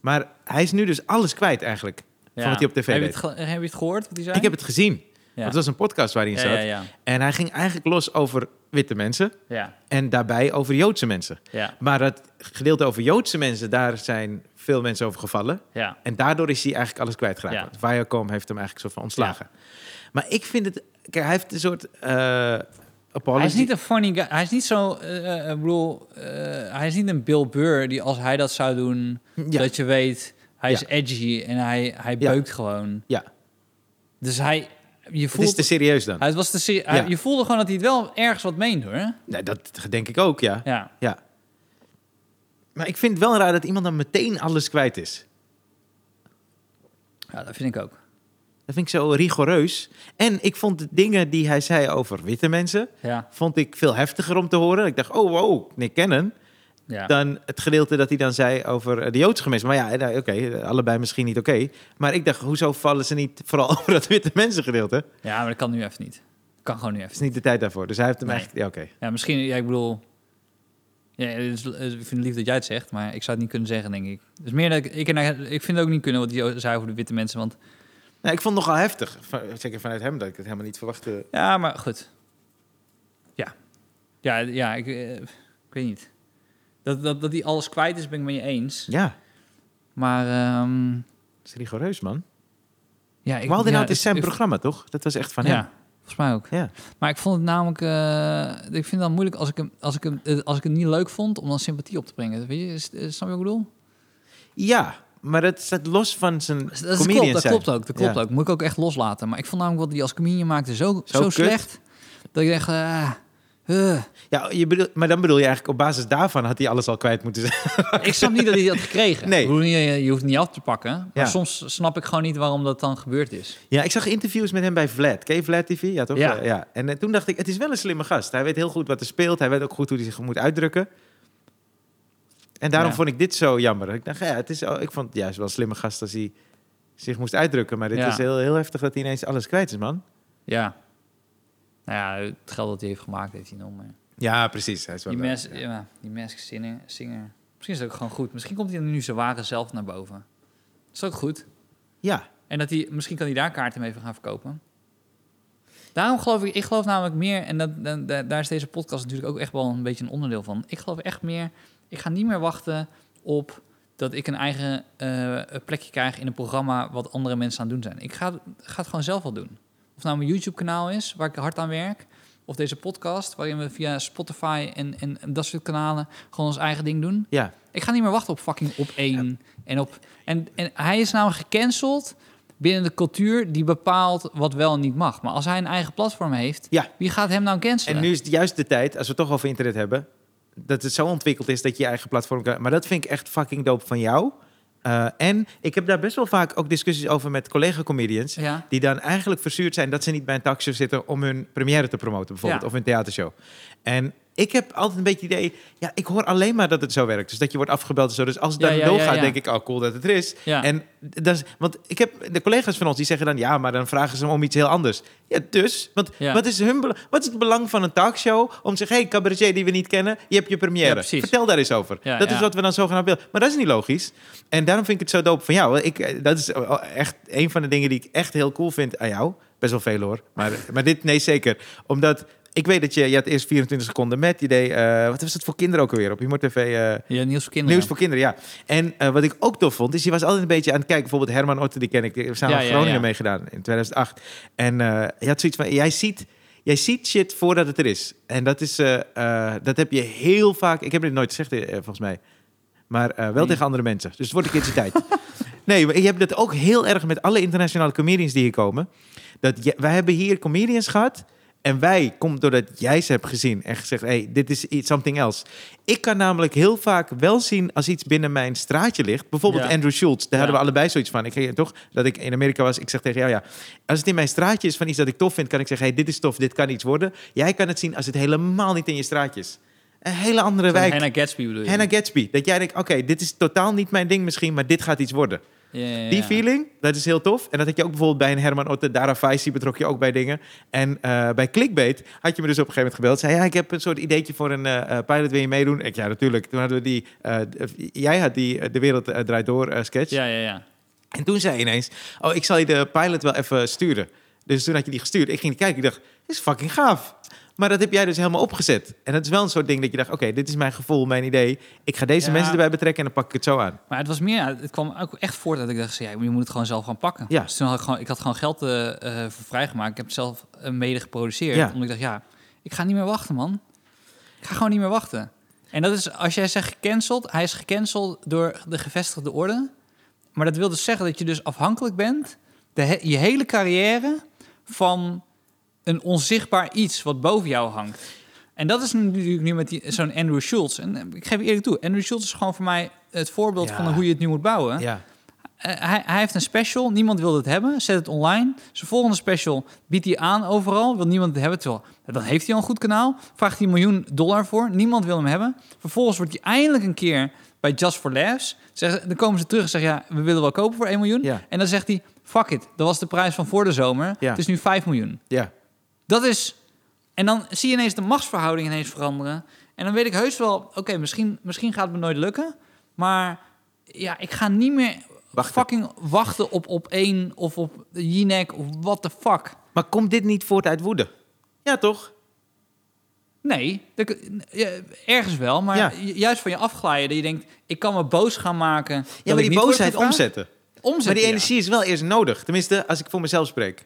Maar hij is nu dus alles kwijt eigenlijk ja. van wat hij op tv heb je, deed. het ge- heb je het gehoord, wat hij zei? Ik heb het gezien. Ja. Want het was een podcast waarin hij ja, zat. ja, ja. En hij ging eigenlijk los over witte mensen Ja, en daarbij over Joodse mensen. ja, Maar dat gedeelte over Joodse mensen, daar zijn veel mensen over gevallen. ja. En daardoor is hij eigenlijk alles kwijtgeraakt. Ja. Want Viacom heeft hem eigenlijk soort van ontslagen. Maar ik vind het... Kijk, hij heeft een soort... eh apology- Hij is niet een funny guy. Hij is niet zo. eh, eh, ik bedoel, eh, hij is niet een Bill Burr die als hij dat zou doen, Ja. dat je weet, hij Ja. is edgy en hij, hij Ja. beukt gewoon. Ja, Dus hij, je het is voelt, te serieus dan. hij was te serie- hij- Ja. je voelde gewoon dat hij het wel ergens wat meende, hoor. Nee, dat denk ik ook, ja. Ja. ja. Maar ik vind het wel raar dat iemand dan meteen alles kwijt is. ja, dat vind ik ook. Dat vind ik zo rigoureus. En ik vond de dingen die hij zei over witte mensen... Ja, vond ik veel heftiger om te horen. Ik dacht, oh wow, Nick Cannon. ja. Dan het gedeelte dat hij dan zei over eh, de Joodse gemeenschap. Maar ja, nou, oké, allebei misschien niet oké. Maar ik dacht, hoezo vallen ze niet vooral over dat witte mensen gedeelte? Het ja, maar dat kan nu even niet. Dat kan gewoon nu even. is niet de tijd daarvoor. Dus hij heeft hem Nee. eigenlijk... Ja, oké. Ja, misschien, ja, ik bedoel. Ja, het is- het is- ik vind het lief dat jij het zegt, maar ik zou het niet kunnen zeggen, denk ik. Dus meer dat ik, ik, en hij- ik vind het ook niet kunnen wat hij zei over de witte mensen, want Nou, ik vond het nogal heftig. Van- Zeker vanuit hem, dat ik het helemaal niet verwachtte. Ja, maar goed. Ja. Ja, ja ik, eh, ik weet niet. Dat, dat, dat die alles kwijt is, ben ik met je eens. Ja, Maar ehm, dat is rigoureus, man. ja, ik... maar nou Walden ja, is zijn ik- ik- programma, toch? Dat was echt van hem. Ja, volgens mij ook. Ja. Maar ik vond het namelijk... eh, ik vind het dan moeilijk als ik, hem, als, ik hem, eh, als ik het niet leuk vond... om dan sympathie op te brengen. Weet je, is- is- snap je wat ik bedoel? Ja, maar dat staat los van zijn Dat, is- dat comedian klopt, dat zijn. klopt ook. Dat klopt Ja. ook. Moet ik ook echt loslaten. Maar ik vond namelijk wat die als comedian maakte zo, Zo zo, kut. slecht... dat ik dacht... eh, eh. Ja, je bedoel, maar dan bedoel je eigenlijk, op basis daarvan had hij alles al kwijt moeten zijn. ik snap niet dat hij dat had gekregen. Nee. Ik bedoel, je, je hoeft het niet af te pakken. Ja. Maar soms snap ik gewoon niet waarom dat dan gebeurd is. Ja, ik zag interviews met hem bij Vlad. Ken je Vlad TV? Ja, toch? Ja. En eh, toen dacht ik, het is wel een slimme gast. Hij weet heel goed wat er speelt. Hij weet ook goed hoe hij zich moet uitdrukken. En daarom Ja. vond ik dit zo jammer. Ik dacht, ja, het is, oh, ik vond het juist wel een slimme gast als hij zich moest uitdrukken. Maar dit Ja. is heel, heel heftig dat hij ineens alles kwijt is, man. Ja. Nou ja, het geld dat hij heeft gemaakt, heeft hij nog maar. Ja, precies. Hij is wel Die leuk. mes, ja. die mask singer, singer. Misschien is het ook gewoon goed. Misschien komt hij nu zijn ware zelf naar boven. Dat is ook goed. Ja. En dat hij, misschien kan hij daar kaarten mee gaan verkopen. Daarom geloof ik, ik geloof namelijk meer, en dat, dan- da- daar is deze podcast natuurlijk ook echt wel een beetje een onderdeel van. Ik geloof echt meer, ik ga niet meer wachten op dat ik een eigen eh, plekje krijg in een programma wat andere mensen aan het doen zijn. Ik ga, ga het gewoon zelf wel doen. Of het nou mijn YouTube-kanaal is, waar ik hard aan werk, of deze podcast, waarin we via Spotify en, en dat soort kanalen gewoon ons eigen ding doen. Ja. Ik ga niet meer wachten op fucking op één. En, op, en, en hij is namelijk gecanceld binnen de cultuur die bepaalt wat wel en niet mag. Maar als hij een eigen platform heeft, Ja. wie gaat hem nou cancelen? En nu is het juist de tijd, als we het toch over internet hebben, dat het zo ontwikkeld is dat je je eigen platform kan. Maar dat vind ik echt fucking dope van jou. Eh, en ik heb daar best wel vaak ook discussies over met collega-comedians. ja. Die dan eigenlijk verzuurd zijn dat ze niet bij een talkshow zitten om hun première te promoten, bijvoorbeeld. Ja. Of hun theatershow. En ik heb altijd een beetje het idee, ja, ik hoor alleen maar dat het zo werkt. Dus dat je wordt afgebeld en zo. Dus als het Ja, dan ja, doorgaat, ja, ja. denk ik, oh cool dat het er is. Ja. En dat is, want ik heb de collega's van ons die zeggen dan, ja, maar dan vragen ze om iets heel anders. Ja, dus, want Ja. wat, is hun, bela- wat is het belang van een talkshow om te zeggen, hey, cabaretier die we niet kennen, je hebt je Ja, première. precies. Vertel daar eens over. Ja, dat ja. is wat we dan zogenaamd willen. Maar dat is niet logisch. En daarom vind ik het zo dope van jou. Ik, eh, dat is eh, echt een van de dingen die ik echt heel cool vind aan jou. Best wel veel hoor. Maar, maar dit, nee zeker. Omdat ik weet dat je, je had eerst 24 seconden met. Je deed, eh, wat was dat voor kinderen ook alweer? Op Humor TV. eh, ja, Niels voor kinderen. Nieuws voor kinderen, ja. En eh, wat ik ook tof vond, is je was altijd een beetje aan het kijken. Bijvoorbeeld Herman Otten, die ken ik. We zijn Ja, aan ja, Groningen ja. meegedaan in 2008. En eh, je had zoiets van, jij ziet, jij ziet shit voordat het er is. En dat is, eh, eh, dat heb je heel vaak, ik heb dit nooit gezegd eh, volgens mij. Maar eh, wel Nee. tegen andere mensen. Dus het wordt een keertje tijd. Nee, maar je hebt dat ook heel erg met alle internationale comedians die hier komen. Dat je- wij hebben hier comedians gehad. En wij, komt doordat jij ze hebt gezien en gezegd... hey, dit is iets, something else. Ik kan namelijk heel vaak wel zien als iets binnen mijn straatje ligt. Bijvoorbeeld Ja. Andrew Schultz, daar Ja. hadden we allebei zoiets van. Ik ging toch, dat ik in Amerika was, ik zeg tegen jou... ja, als het in mijn straatje is van iets dat ik tof vind... kan ik zeggen, hey, dit is tof, dit kan iets worden. Jij kan het zien als het helemaal niet in je straatje is. Een hele andere Zo'n wijk. Hannah Gatsby bedoel je? Hannah Gatsby. Dat jij denkt, oké, dit is totaal niet mijn ding misschien... maar dit gaat iets worden. Ja, ja, ja. Die feeling, dat is heel tof. En dat had je ook bijvoorbeeld bij een Herman Otte, Dara Faisi betrok je ook bij dingen. En eh, bij Clickbait had je me dus op een gegeven moment gebeld. Zei, ja, ik heb een soort ideetje voor een eh, eh, pilot, wil je meedoen? Ik, ja, natuurlijk. Toen hadden we die, eh, d- jij had die eh, De Wereld eh, Draait Door eh, sketch. Ja, ja, ja. En toen zei je ineens, oh, ik zal je de pilot wel even sturen. Dus toen had je die gestuurd. Ik ging die kijken, ik dacht, dit is fucking gaaf. Maar dat heb jij dus helemaal opgezet. En dat is wel een soort ding dat je dacht, oké, dit is mijn gevoel, mijn idee. Ik ga deze Ja. mensen erbij betrekken en dan pak ik het zo aan. Maar het was meer, het kwam ook echt voort dat ik dacht, ja, je moet het gewoon zelf gaan pakken. Ja. Dus toen had ik gewoon, ik had gewoon geld eh, eh, voor vrijgemaakt. Ik heb het zelf eh, mede geproduceerd. Ja. Omdat ik dacht, ja, ik ga niet meer wachten, man. Ik ga gewoon niet meer wachten. En dat is, als jij zegt gecanceld, hij is gecanceld door de gevestigde orde. Maar dat wil dus zeggen dat je dus afhankelijk bent, de he- je hele carrière, van een onzichtbaar iets wat boven jou hangt. En dat is natuurlijk nu met die- zo'n Andrew Schultz. En eh, ik geef je eerlijk toe, Andrew Schultz is gewoon voor mij het voorbeeld Ja. van hoe je het nu moet bouwen. Ja. Eh, hij, hij heeft een special, niemand wil het hebben, zet het online. Zijn volgende special biedt hij aan overal, wil niemand het hebben. Terwijl, dan heeft hij al een goed kanaal, vraagt hij een miljoen dollar voor, niemand wil hem hebben. Vervolgens wordt hij eindelijk een keer bij Just for Laughs. Zeggen, dan komen ze terug en zeggen, ja, we willen wel kopen voor 1 miljoen. Ja. En dan zegt hij, fuck it, dat was de prijs van voor de zomer, Ja. het is nu 5 miljoen. Ja. Dat is. En dan zie je ineens de machtsverhouding ineens veranderen. En dan weet ik heus wel, oké, misschien, misschien gaat het me nooit lukken. Maar ja, ik ga niet meer Wachten. fucking wachten op, op één of op Jinek of what the fuck. Maar komt dit niet voort uit woede? Ja, toch? Nee, dat kun- ja, ergens wel, maar Ja. ju- juist van je afglijden. Dat je denkt, ik kan me boos gaan maken. dat Ja, ik maar die niet word boosheid gevraagd. omzetten. Omzetten, Maar die ja. energie is wel eerst nodig. Tenminste, als ik voor mezelf spreek.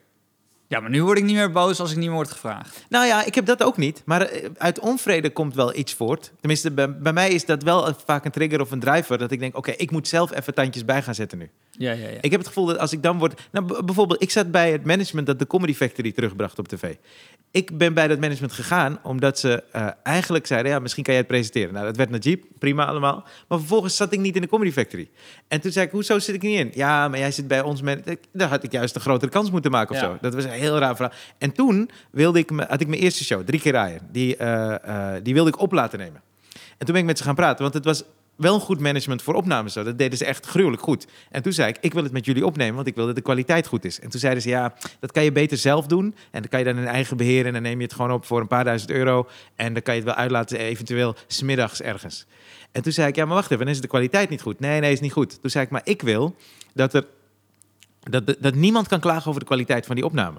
Ja, maar nu word ik niet meer boos als ik niet meer word gevraagd. Nou ja, ik heb dat ook niet. Maar eh, uit onvrede komt wel iets voort. Tenminste, bij, bij mij is dat wel vaak een trigger of een driver. Dat ik denk, oké, ik moet zelf even tandjes bij gaan zetten nu. Ja, ja, ja. Ik heb het gevoel dat als ik dan word... Nou, b- bijvoorbeeld, ik zat bij het management dat de Comedy Factory terugbracht op tv. Ik ben bij dat management gegaan omdat ze eh, eigenlijk zeiden... ja, misschien kan jij het presenteren. Nou, dat werd Najib, prima allemaal. Maar vervolgens zat ik niet in de Comedy Factory. En toen zei ik, hoezo zit ik niet in? Ja, maar jij zit bij ons... Man- Ik- Daar had ik juist een grotere kans moeten maken of Ja. zo. Dat was een heel raar verhaal. En toen wilde ik me, had ik mijn eerste show, drie keer rijden. Die, eh, eh, die wilde ik op laten nemen. En toen ben ik met ze gaan praten, want het was wel een goed management voor opnames. zo. Dat deden ze echt gruwelijk goed. En toen zei ik, ik wil het met jullie opnemen, want ik wil dat de kwaliteit goed is. En toen zeiden ze, ja, dat kan je beter zelf doen. En dan kan je dan in eigen beheer en dan neem je het gewoon op voor een paar duizend euro. En dan kan je het wel uitlaten, eventueel smiddags ergens. En toen zei ik, ja, maar wacht even, dan is de kwaliteit niet goed. Nee, nee, is niet goed. Toen zei ik, maar ik wil dat er dat, dat, dat niemand kan klagen over de kwaliteit van die opname.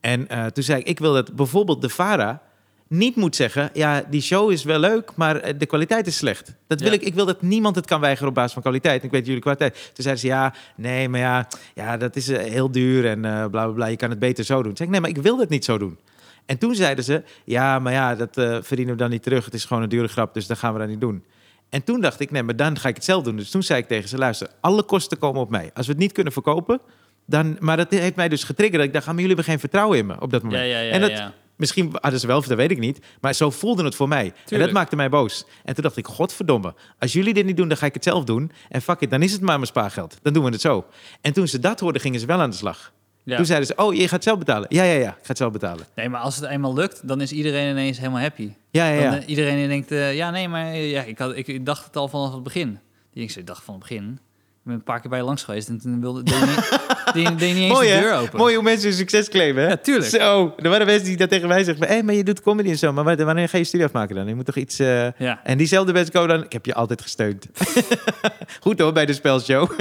En eh, toen zei ik, ik wil dat bijvoorbeeld de VARA niet moet zeggen... ja, die show is wel leuk, maar eh, de kwaliteit is slecht. Dat wil Ja. ik, ik wil dat niemand het kan weigeren op basis van kwaliteit. En ik weet jullie kwaliteit. Toen zeiden ze, ja, nee, maar ja, ja dat is eh, heel duur en eh, bla, bla, bla. Je kan het beter zo doen. Toen zei ik, nee, maar ik wil dat niet zo doen. En toen zeiden ze, ja, maar ja, dat eh, verdienen we dan niet terug. Het is gewoon een dure grap, dus dat gaan we dan niet doen. En toen dacht ik, nee, maar dan ga ik het zelf doen. Dus toen zei ik tegen ze, luister, alle kosten komen op mij. Als we het niet kunnen verkopen, dan... Maar dat heeft mij dus getriggerd. Dat ik dacht, ah, maar jullie hebben geen vertrouwen in me op dat moment. Ja, ja, ja, en dat, ja. Misschien hadden ze wel, of dat weet ik niet. Maar zo voelde het voor mij. En dat Tuurlijk. maakte mij boos. En toen dacht ik, godverdomme. Als jullie dit niet doen, dan ga ik het zelf doen. En fuck it, dan is het maar mijn spaargeld. Dan doen we het zo. En toen ze dat hoorden, gingen ze wel aan de slag. Ja. Toen zeiden ze, oh, je gaat het zelf betalen. Ja, ja, ja, ik ga het zelf betalen. Nee, maar als het eenmaal lukt, dan is iedereen ineens helemaal happy. Ja, ja, ja. Dan, eh, iedereen die denkt, eh, ja, nee, maar eh, ja, ik, had, ik, ik dacht het al vanaf het begin. Die ik zei, dacht van het begin. Ik ben een paar keer bij je langs geweest en toen wilde deed je niet, deed je- deed je niet eens Mooi, de hè? deur open. Mooi hoe mensen hun succes claimen, hè? Ja, tuurlijk. Zo, er waren mensen die dat tegen mij zeggen. Hé, maar je doet comedy en zo, maar wa- wanneer ga je studie afmaken dan? Je moet toch iets... eh, Ja. En diezelfde mensen komen dan... Ik heb je altijd gesteund. Goed hoor, bij de spelshow. Oh,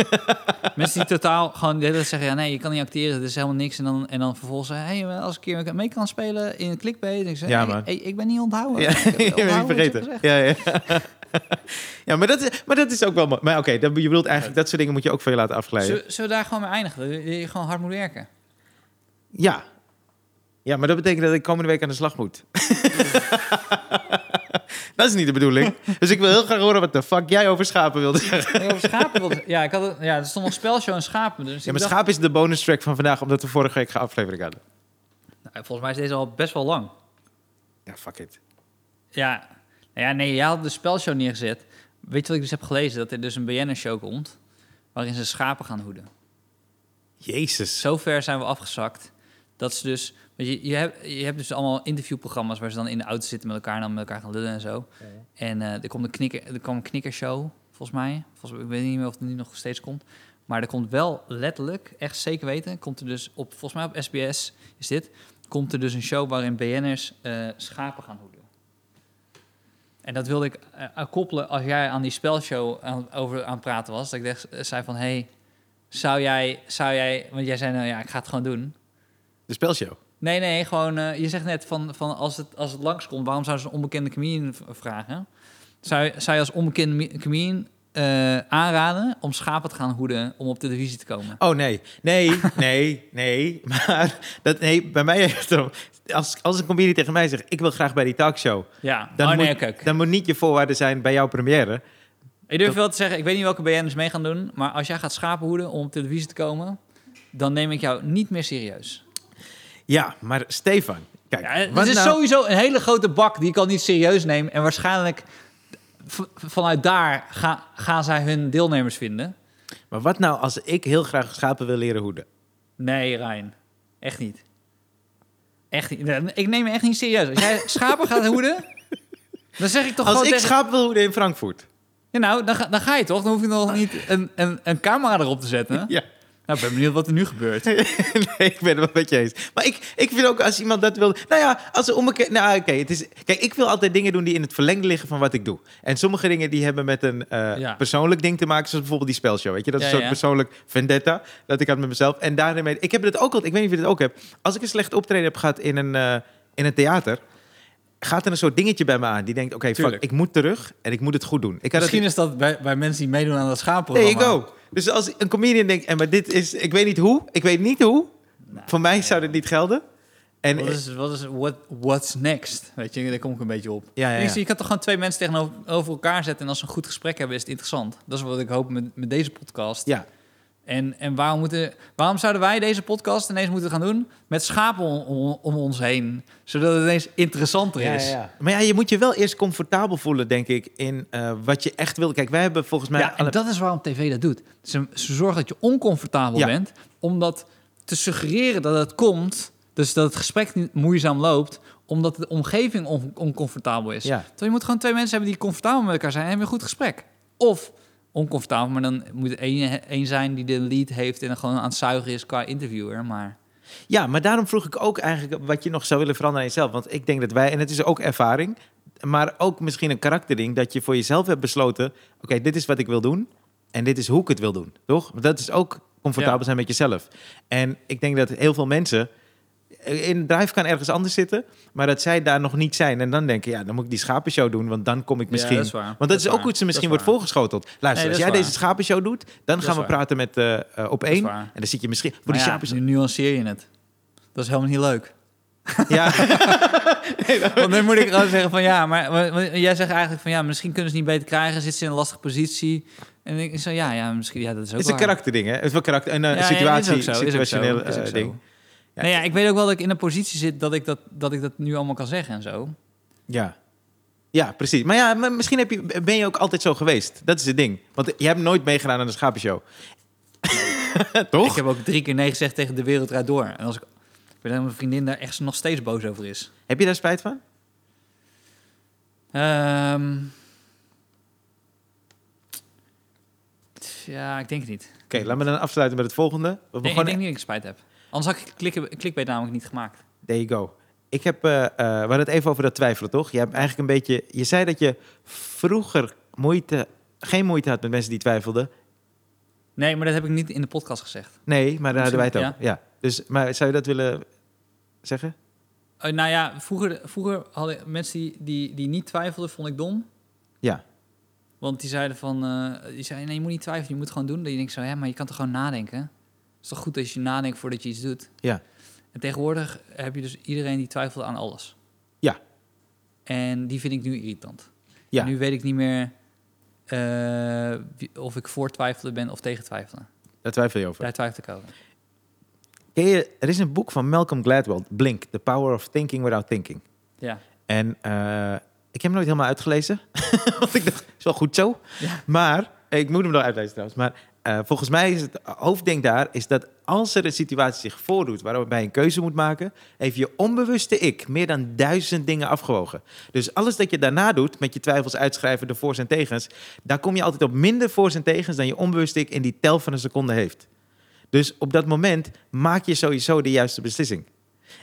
Mensen die totaal gewoon de hele tijd zeggen, ja, nee, je kan niet acteren, het is helemaal niks. En dan, en dan vervolgens zeggen, hé, hey, als ik een keer mee kan spelen in een clickbait. Ik zeg, Ja, hey, man. hey, ik ben niet onthouden. Ja, Ik heb ik ben niet onthouden wat je vergeten. gezegd Ja, ja. ja maar, dat is, maar dat is ook wel... mooi. Maar oké, dat- je bedoelt eigenlijk... Dat soort dingen moet je ook van je laten hebt. afglijden. Zullen, zullen we daar gewoon mee eindigen? Dat je gewoon hard moet werken. Ja. Ja, maar dat betekent dat ik komende week aan de slag moet. dat is niet de bedoeling. Dus ik wil heel graag horen wat de fuck jij over schapen wilde zeggen. Nee, over schapen wilde- Ja, ik had het, ja, er stond nog spelshow en schapen. Dus Ja, ik maar dacht, schaap is de bonus track van vandaag, omdat we vorige week geen aflevering hadden. nou, volgens mij is deze al best wel lang. Ja, fuck it. Ja, nou ja nee, jij had de spelshow neergezet. Weet je wat ik dus heb gelezen? Dat er dus een BN'er-show komt... waarin ze schapen gaan hoeden. Jezus. Zo ver Dus zijn we afgezakt dat ze dus... Want je, je, hebt, je hebt dus allemaal interviewprogramma's... waar ze dan in de auto zitten met elkaar... en dan met elkaar gaan lullen en zo. En eh, er, komt een knikker, er kwam een knikkershow, volgens mij. Volgens, mij- ik weet niet meer of het nu nog steeds komt. Maar er komt wel letterlijk, echt zeker weten... komt er dus op, volgens mij op SBS is dit... komt er dus een show waarin BN'ers eh, schapen gaan hoeden. En dat wilde ik eh, aan koppelen als jij aan die spelshow aan, over aan het praten was. Dat ik dacht, eh, zei van, hey, zou jij, zou jij... Want jij zei, nou ja, ik ga het gewoon doen. De spelshow. Nee, nee, gewoon... eh, je zegt net van, van als, het, als het langskomt, waarom zou ze een onbekende comedian v- vragen? Zou, je- zou je als onbekende mi- comedian eh, aanraden om schapen te gaan hoeden om op de televisie te komen? Oh nee, nee, nee, nee. Maar dat, nee, bij mij heeft het als, als een comedian tegen mij zegt, ik wil graag bij die talkshow. Ja, Dan, oh moet, nee, oké. oké. dan moet niet je voorwaarde zijn bij jouw première. Ik durf wel te zeggen, ik weet niet welke BN'ers mee gaan doen... maar als jij gaat schapen hoeden om op televisie te komen... dan neem ik jou niet meer serieus. Ja, maar Stefan, kijk. Ja, het wat is nou- sowieso een hele grote bak die ik al niet serieus neem. En waarschijnlijk v- vanuit daar ga- gaan zij hun deelnemers vinden. Maar wat nou als ik heel graag schapen wil leren hoeden? Nee, Rijn. Echt niet. Echt niet. Nee, Ik neem me echt niet serieus. Als jij schapen gaat hoeden, dan zeg ik toch Als ik gewoon tegen... schapen wil hoeden in Frankfurt. Ja, nou, dan ga, dan ga je toch. Dan hoef je nog niet een, een, een camera erop te zetten. Ja. Nou, ik ben benieuwd wat er nu gebeurt. nee, ik ben het wel met je eens. Maar ik, ik vind ook als iemand dat wil... Nou ja, als ze om een keer... Nou, oké. het is kijk, ik wil altijd dingen doen die in het verlengde liggen van wat ik doe. En sommige dingen die hebben met een eh, Ja. persoonlijk ding te maken. Zoals bijvoorbeeld die spelshow, weet je. Dat is Ja, een soort ja. persoonlijk vendetta dat ik had met mezelf. En daarmee... Ik heb het ook altijd... Ik weet niet of je het ook hebt. Als ik een slecht optreden heb gehad in een, eh, in een theater... Gaat er een soort dingetje bij me aan die denkt: Oké, fuck, Tuurlijk. ik moet terug en ik moet het goed doen. Ik had het- Misschien is dat bij, bij mensen die meedoen aan dat There schaapprogramma. you go. Dus als een comedian denkt, en maar dit is, ik weet niet hoe, ik weet niet hoe. Voor mij zou dit niet gelden. En Nou, eh, Wat is, wat is what, what's next? Weet je, daar kom ik een beetje op. Ja, ja, Ik ja. zie, Je kan toch gewoon twee mensen tegenover over elkaar zetten... en als ze een goed gesprek hebben, is het interessant. Dat is wat ik hoop met, met deze podcast. ja, En, en waarom, moeten, waarom zouden wij deze podcast ineens moeten gaan doen... met schapen om, om- om ons heen? Zodat het ineens interessanter is. maar ja, je moet je wel eerst comfortabel voelen, denk ik, in eh, wat je echt wil. Kijk, wij hebben volgens mij. ja, en alle- dat is waarom tv dat doet. Ze, ze zorgen dat je oncomfortabel Ja. bent, omdat te suggereren dat het komt, dus dat het gesprek niet moeizaam loopt, omdat de omgeving on- oncomfortabel is. Ja. Terwijl je moet gewoon twee mensen hebben die comfortabel met elkaar zijn en hebben een goed gesprek. Of oncomfortabel, maar dan moet er één, één zijn die de lead heeft en dan gewoon aan het zuigen is qua interviewer. Maar ja, maar daarom vroeg ik ook eigenlijk wat je nog zou willen veranderen aan jezelf. Want ik denk dat wij, en het is ook ervaring, maar ook misschien een karakterding, dat je voor jezelf hebt besloten: oké, dit is wat ik wil doen en dit is hoe ik het wil doen, toch? Want dat is ook comfortabel Ja. zijn met jezelf. En ik denk dat heel veel mensen in drive kan ergens anders zitten, maar dat zij daar nog niet zijn. En dan denken, ja, dan moet ik die schapenshow doen, want dan kom ik misschien. dat is waar. Want dat, Dat is is ook waar. hoe ze misschien Dat wordt is voorgeschoteld. Luister, Nee, als dat jij is deze schapenshow doet, dan is gaan we waar. praten met eh, eh, op is één. waar. En dan zit je misschien. Voor die Maar ja, schapenshow. nu nuanceer je het. Dat is helemaal niet leuk. Ja. Want dan moet ik gewoon zeggen van ja, maar maar- maar jij zegt eigenlijk van ja, misschien kunnen ze het niet beter krijgen, zitten ze in een lastige positie. En ik zeg ja, ja, misschien, ja, dat is ook Het is een waar. karakter hè? Het is wel karakter, een eh, Ja, ja, situatie, is ook zo, is ook situationeel zo, is ook eh, zo. ding. Ja. Nou ja, ik weet ook wel dat ik in een positie zit dat ik dat, dat ik dat nu allemaal kan zeggen en zo. Ja. ja, precies. Maar ja, maar misschien heb je, ben je ook altijd zo geweest. Dat is het ding. Want je hebt nooit meegedaan aan de schapenshow. Ik Toch? Heb... heb ook drie keer nee gezegd tegen de wereld Draait door. En als ik, ik weet dat mijn vriendin daar echt nog steeds boos over is. je daar spijt van? Ehm, tf, ja, ik denk het niet. Oké, laat me dan afsluiten met het volgende. We Nee, ik begonnen- denk niet dat ik spijt heb. Anders had ik klikken, clickbait namelijk niet gemaakt. There you go. Ik heb, eh, eh, we hadden het even over dat twijfelen, toch? Je hebt eigenlijk een beetje... Je zei dat je vroeger moeite, geen moeite had met mensen die twijfelden. Nee, maar dat heb ik niet in de podcast gezegd. Nee, maar daar hadden wij het Misschien, ook. Ja. Dus, maar zou je dat willen zeggen? Eh, nou ja, vroeger, vroeger hadden mensen die, die, die niet twijfelden, vond ik dom. Ja. Want die zeiden van, eh, die zeiden, nee, je moet niet twijfelen, je moet gewoon doen. Dat je denkt zo, ja, maar je kan toch gewoon nadenken? Het is toch goed als je nadenkt voordat je iets doet? Ja. En tegenwoordig heb je dus iedereen die twijfelt aan alles. Ja. En die vind ik nu irritant. Ja. En Nu weet ik niet meer eh, wie- of ik voor twijfelen ben of tegen twijfelen. Daar twijfel je over. Daar twijfel ik over. Ken je, er is een boek van Malcolm Gladwell, Blink, The Power of Thinking Without Thinking. Ja. En eh, ik heb hem nooit helemaal uitgelezen, want ik dacht, is wel goed zo. Ja. Maar, ik moet hem wel uitlezen trouwens, maar eh, volgens mij is het hoofdding daar, is dat als er een situatie zich voordoet waarbij je een keuze moet maken, heeft je onbewuste ik meer dan duizend dingen afgewogen. Dus alles dat je daarna doet, met je twijfels uitschrijven, de voor's en tegens, daar kom je altijd op minder voor's en tegens dan je onbewuste ik in die tel van een seconde heeft. Dus op dat moment maak je sowieso de juiste beslissing.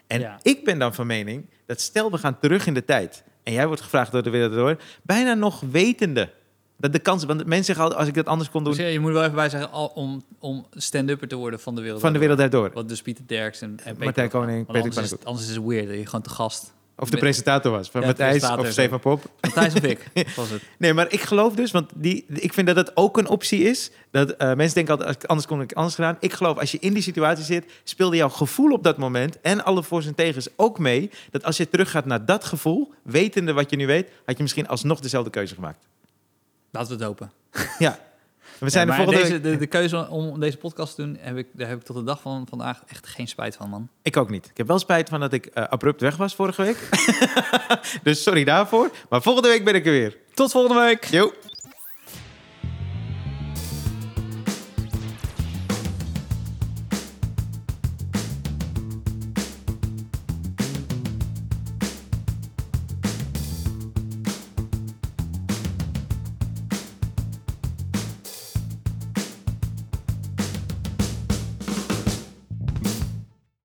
En Ja. ik ben dan van mening dat stel we gaan terug in de tijd en jij wordt gevraagd door de wereld door, bijna nog wetende dat de kans, want mensen zeggen altijd, als ik dat anders kon Dus ja, doen, je moet er wel even bij zeggen, al, om, om stand-upper te worden van de wereld. van de wereld daardoor. Wat dus Pieter Derks en, en Peter Martijn Pan. Koning, Want Peter anders, Pannenkoek. is het, anders is het weird dat je gewoon te gast. Of de Met- presentator was, van Ja, de Matthijs presentator, of ja. Stefan Pop. Matthijs of ik, was het. Nee, maar ik geloof dus, want die, ik vind dat dat ook een optie is. Dat eh, mensen denken altijd, als ik anders kon had ik het anders gedaan. Ik geloof, als je in die situatie zit, speelde jouw gevoel op dat moment en alle voor's en tegens ook mee. Dat als je teruggaat naar dat gevoel, wetende wat je nu weet, had je misschien alsnog dezelfde keuze gemaakt. Laten we het hopen. Ja. We zijn Ja, de maar volgende deze, week- de, de keuze om deze podcast te doen, heb ik, daar heb ik tot de dag van vandaag echt geen spijt van, man. Ik ook niet. Ik heb wel spijt van dat ik eh, abrupt weg was vorige week. dus sorry daarvoor. Maar volgende week ben ik er weer. Tot volgende week! Yo.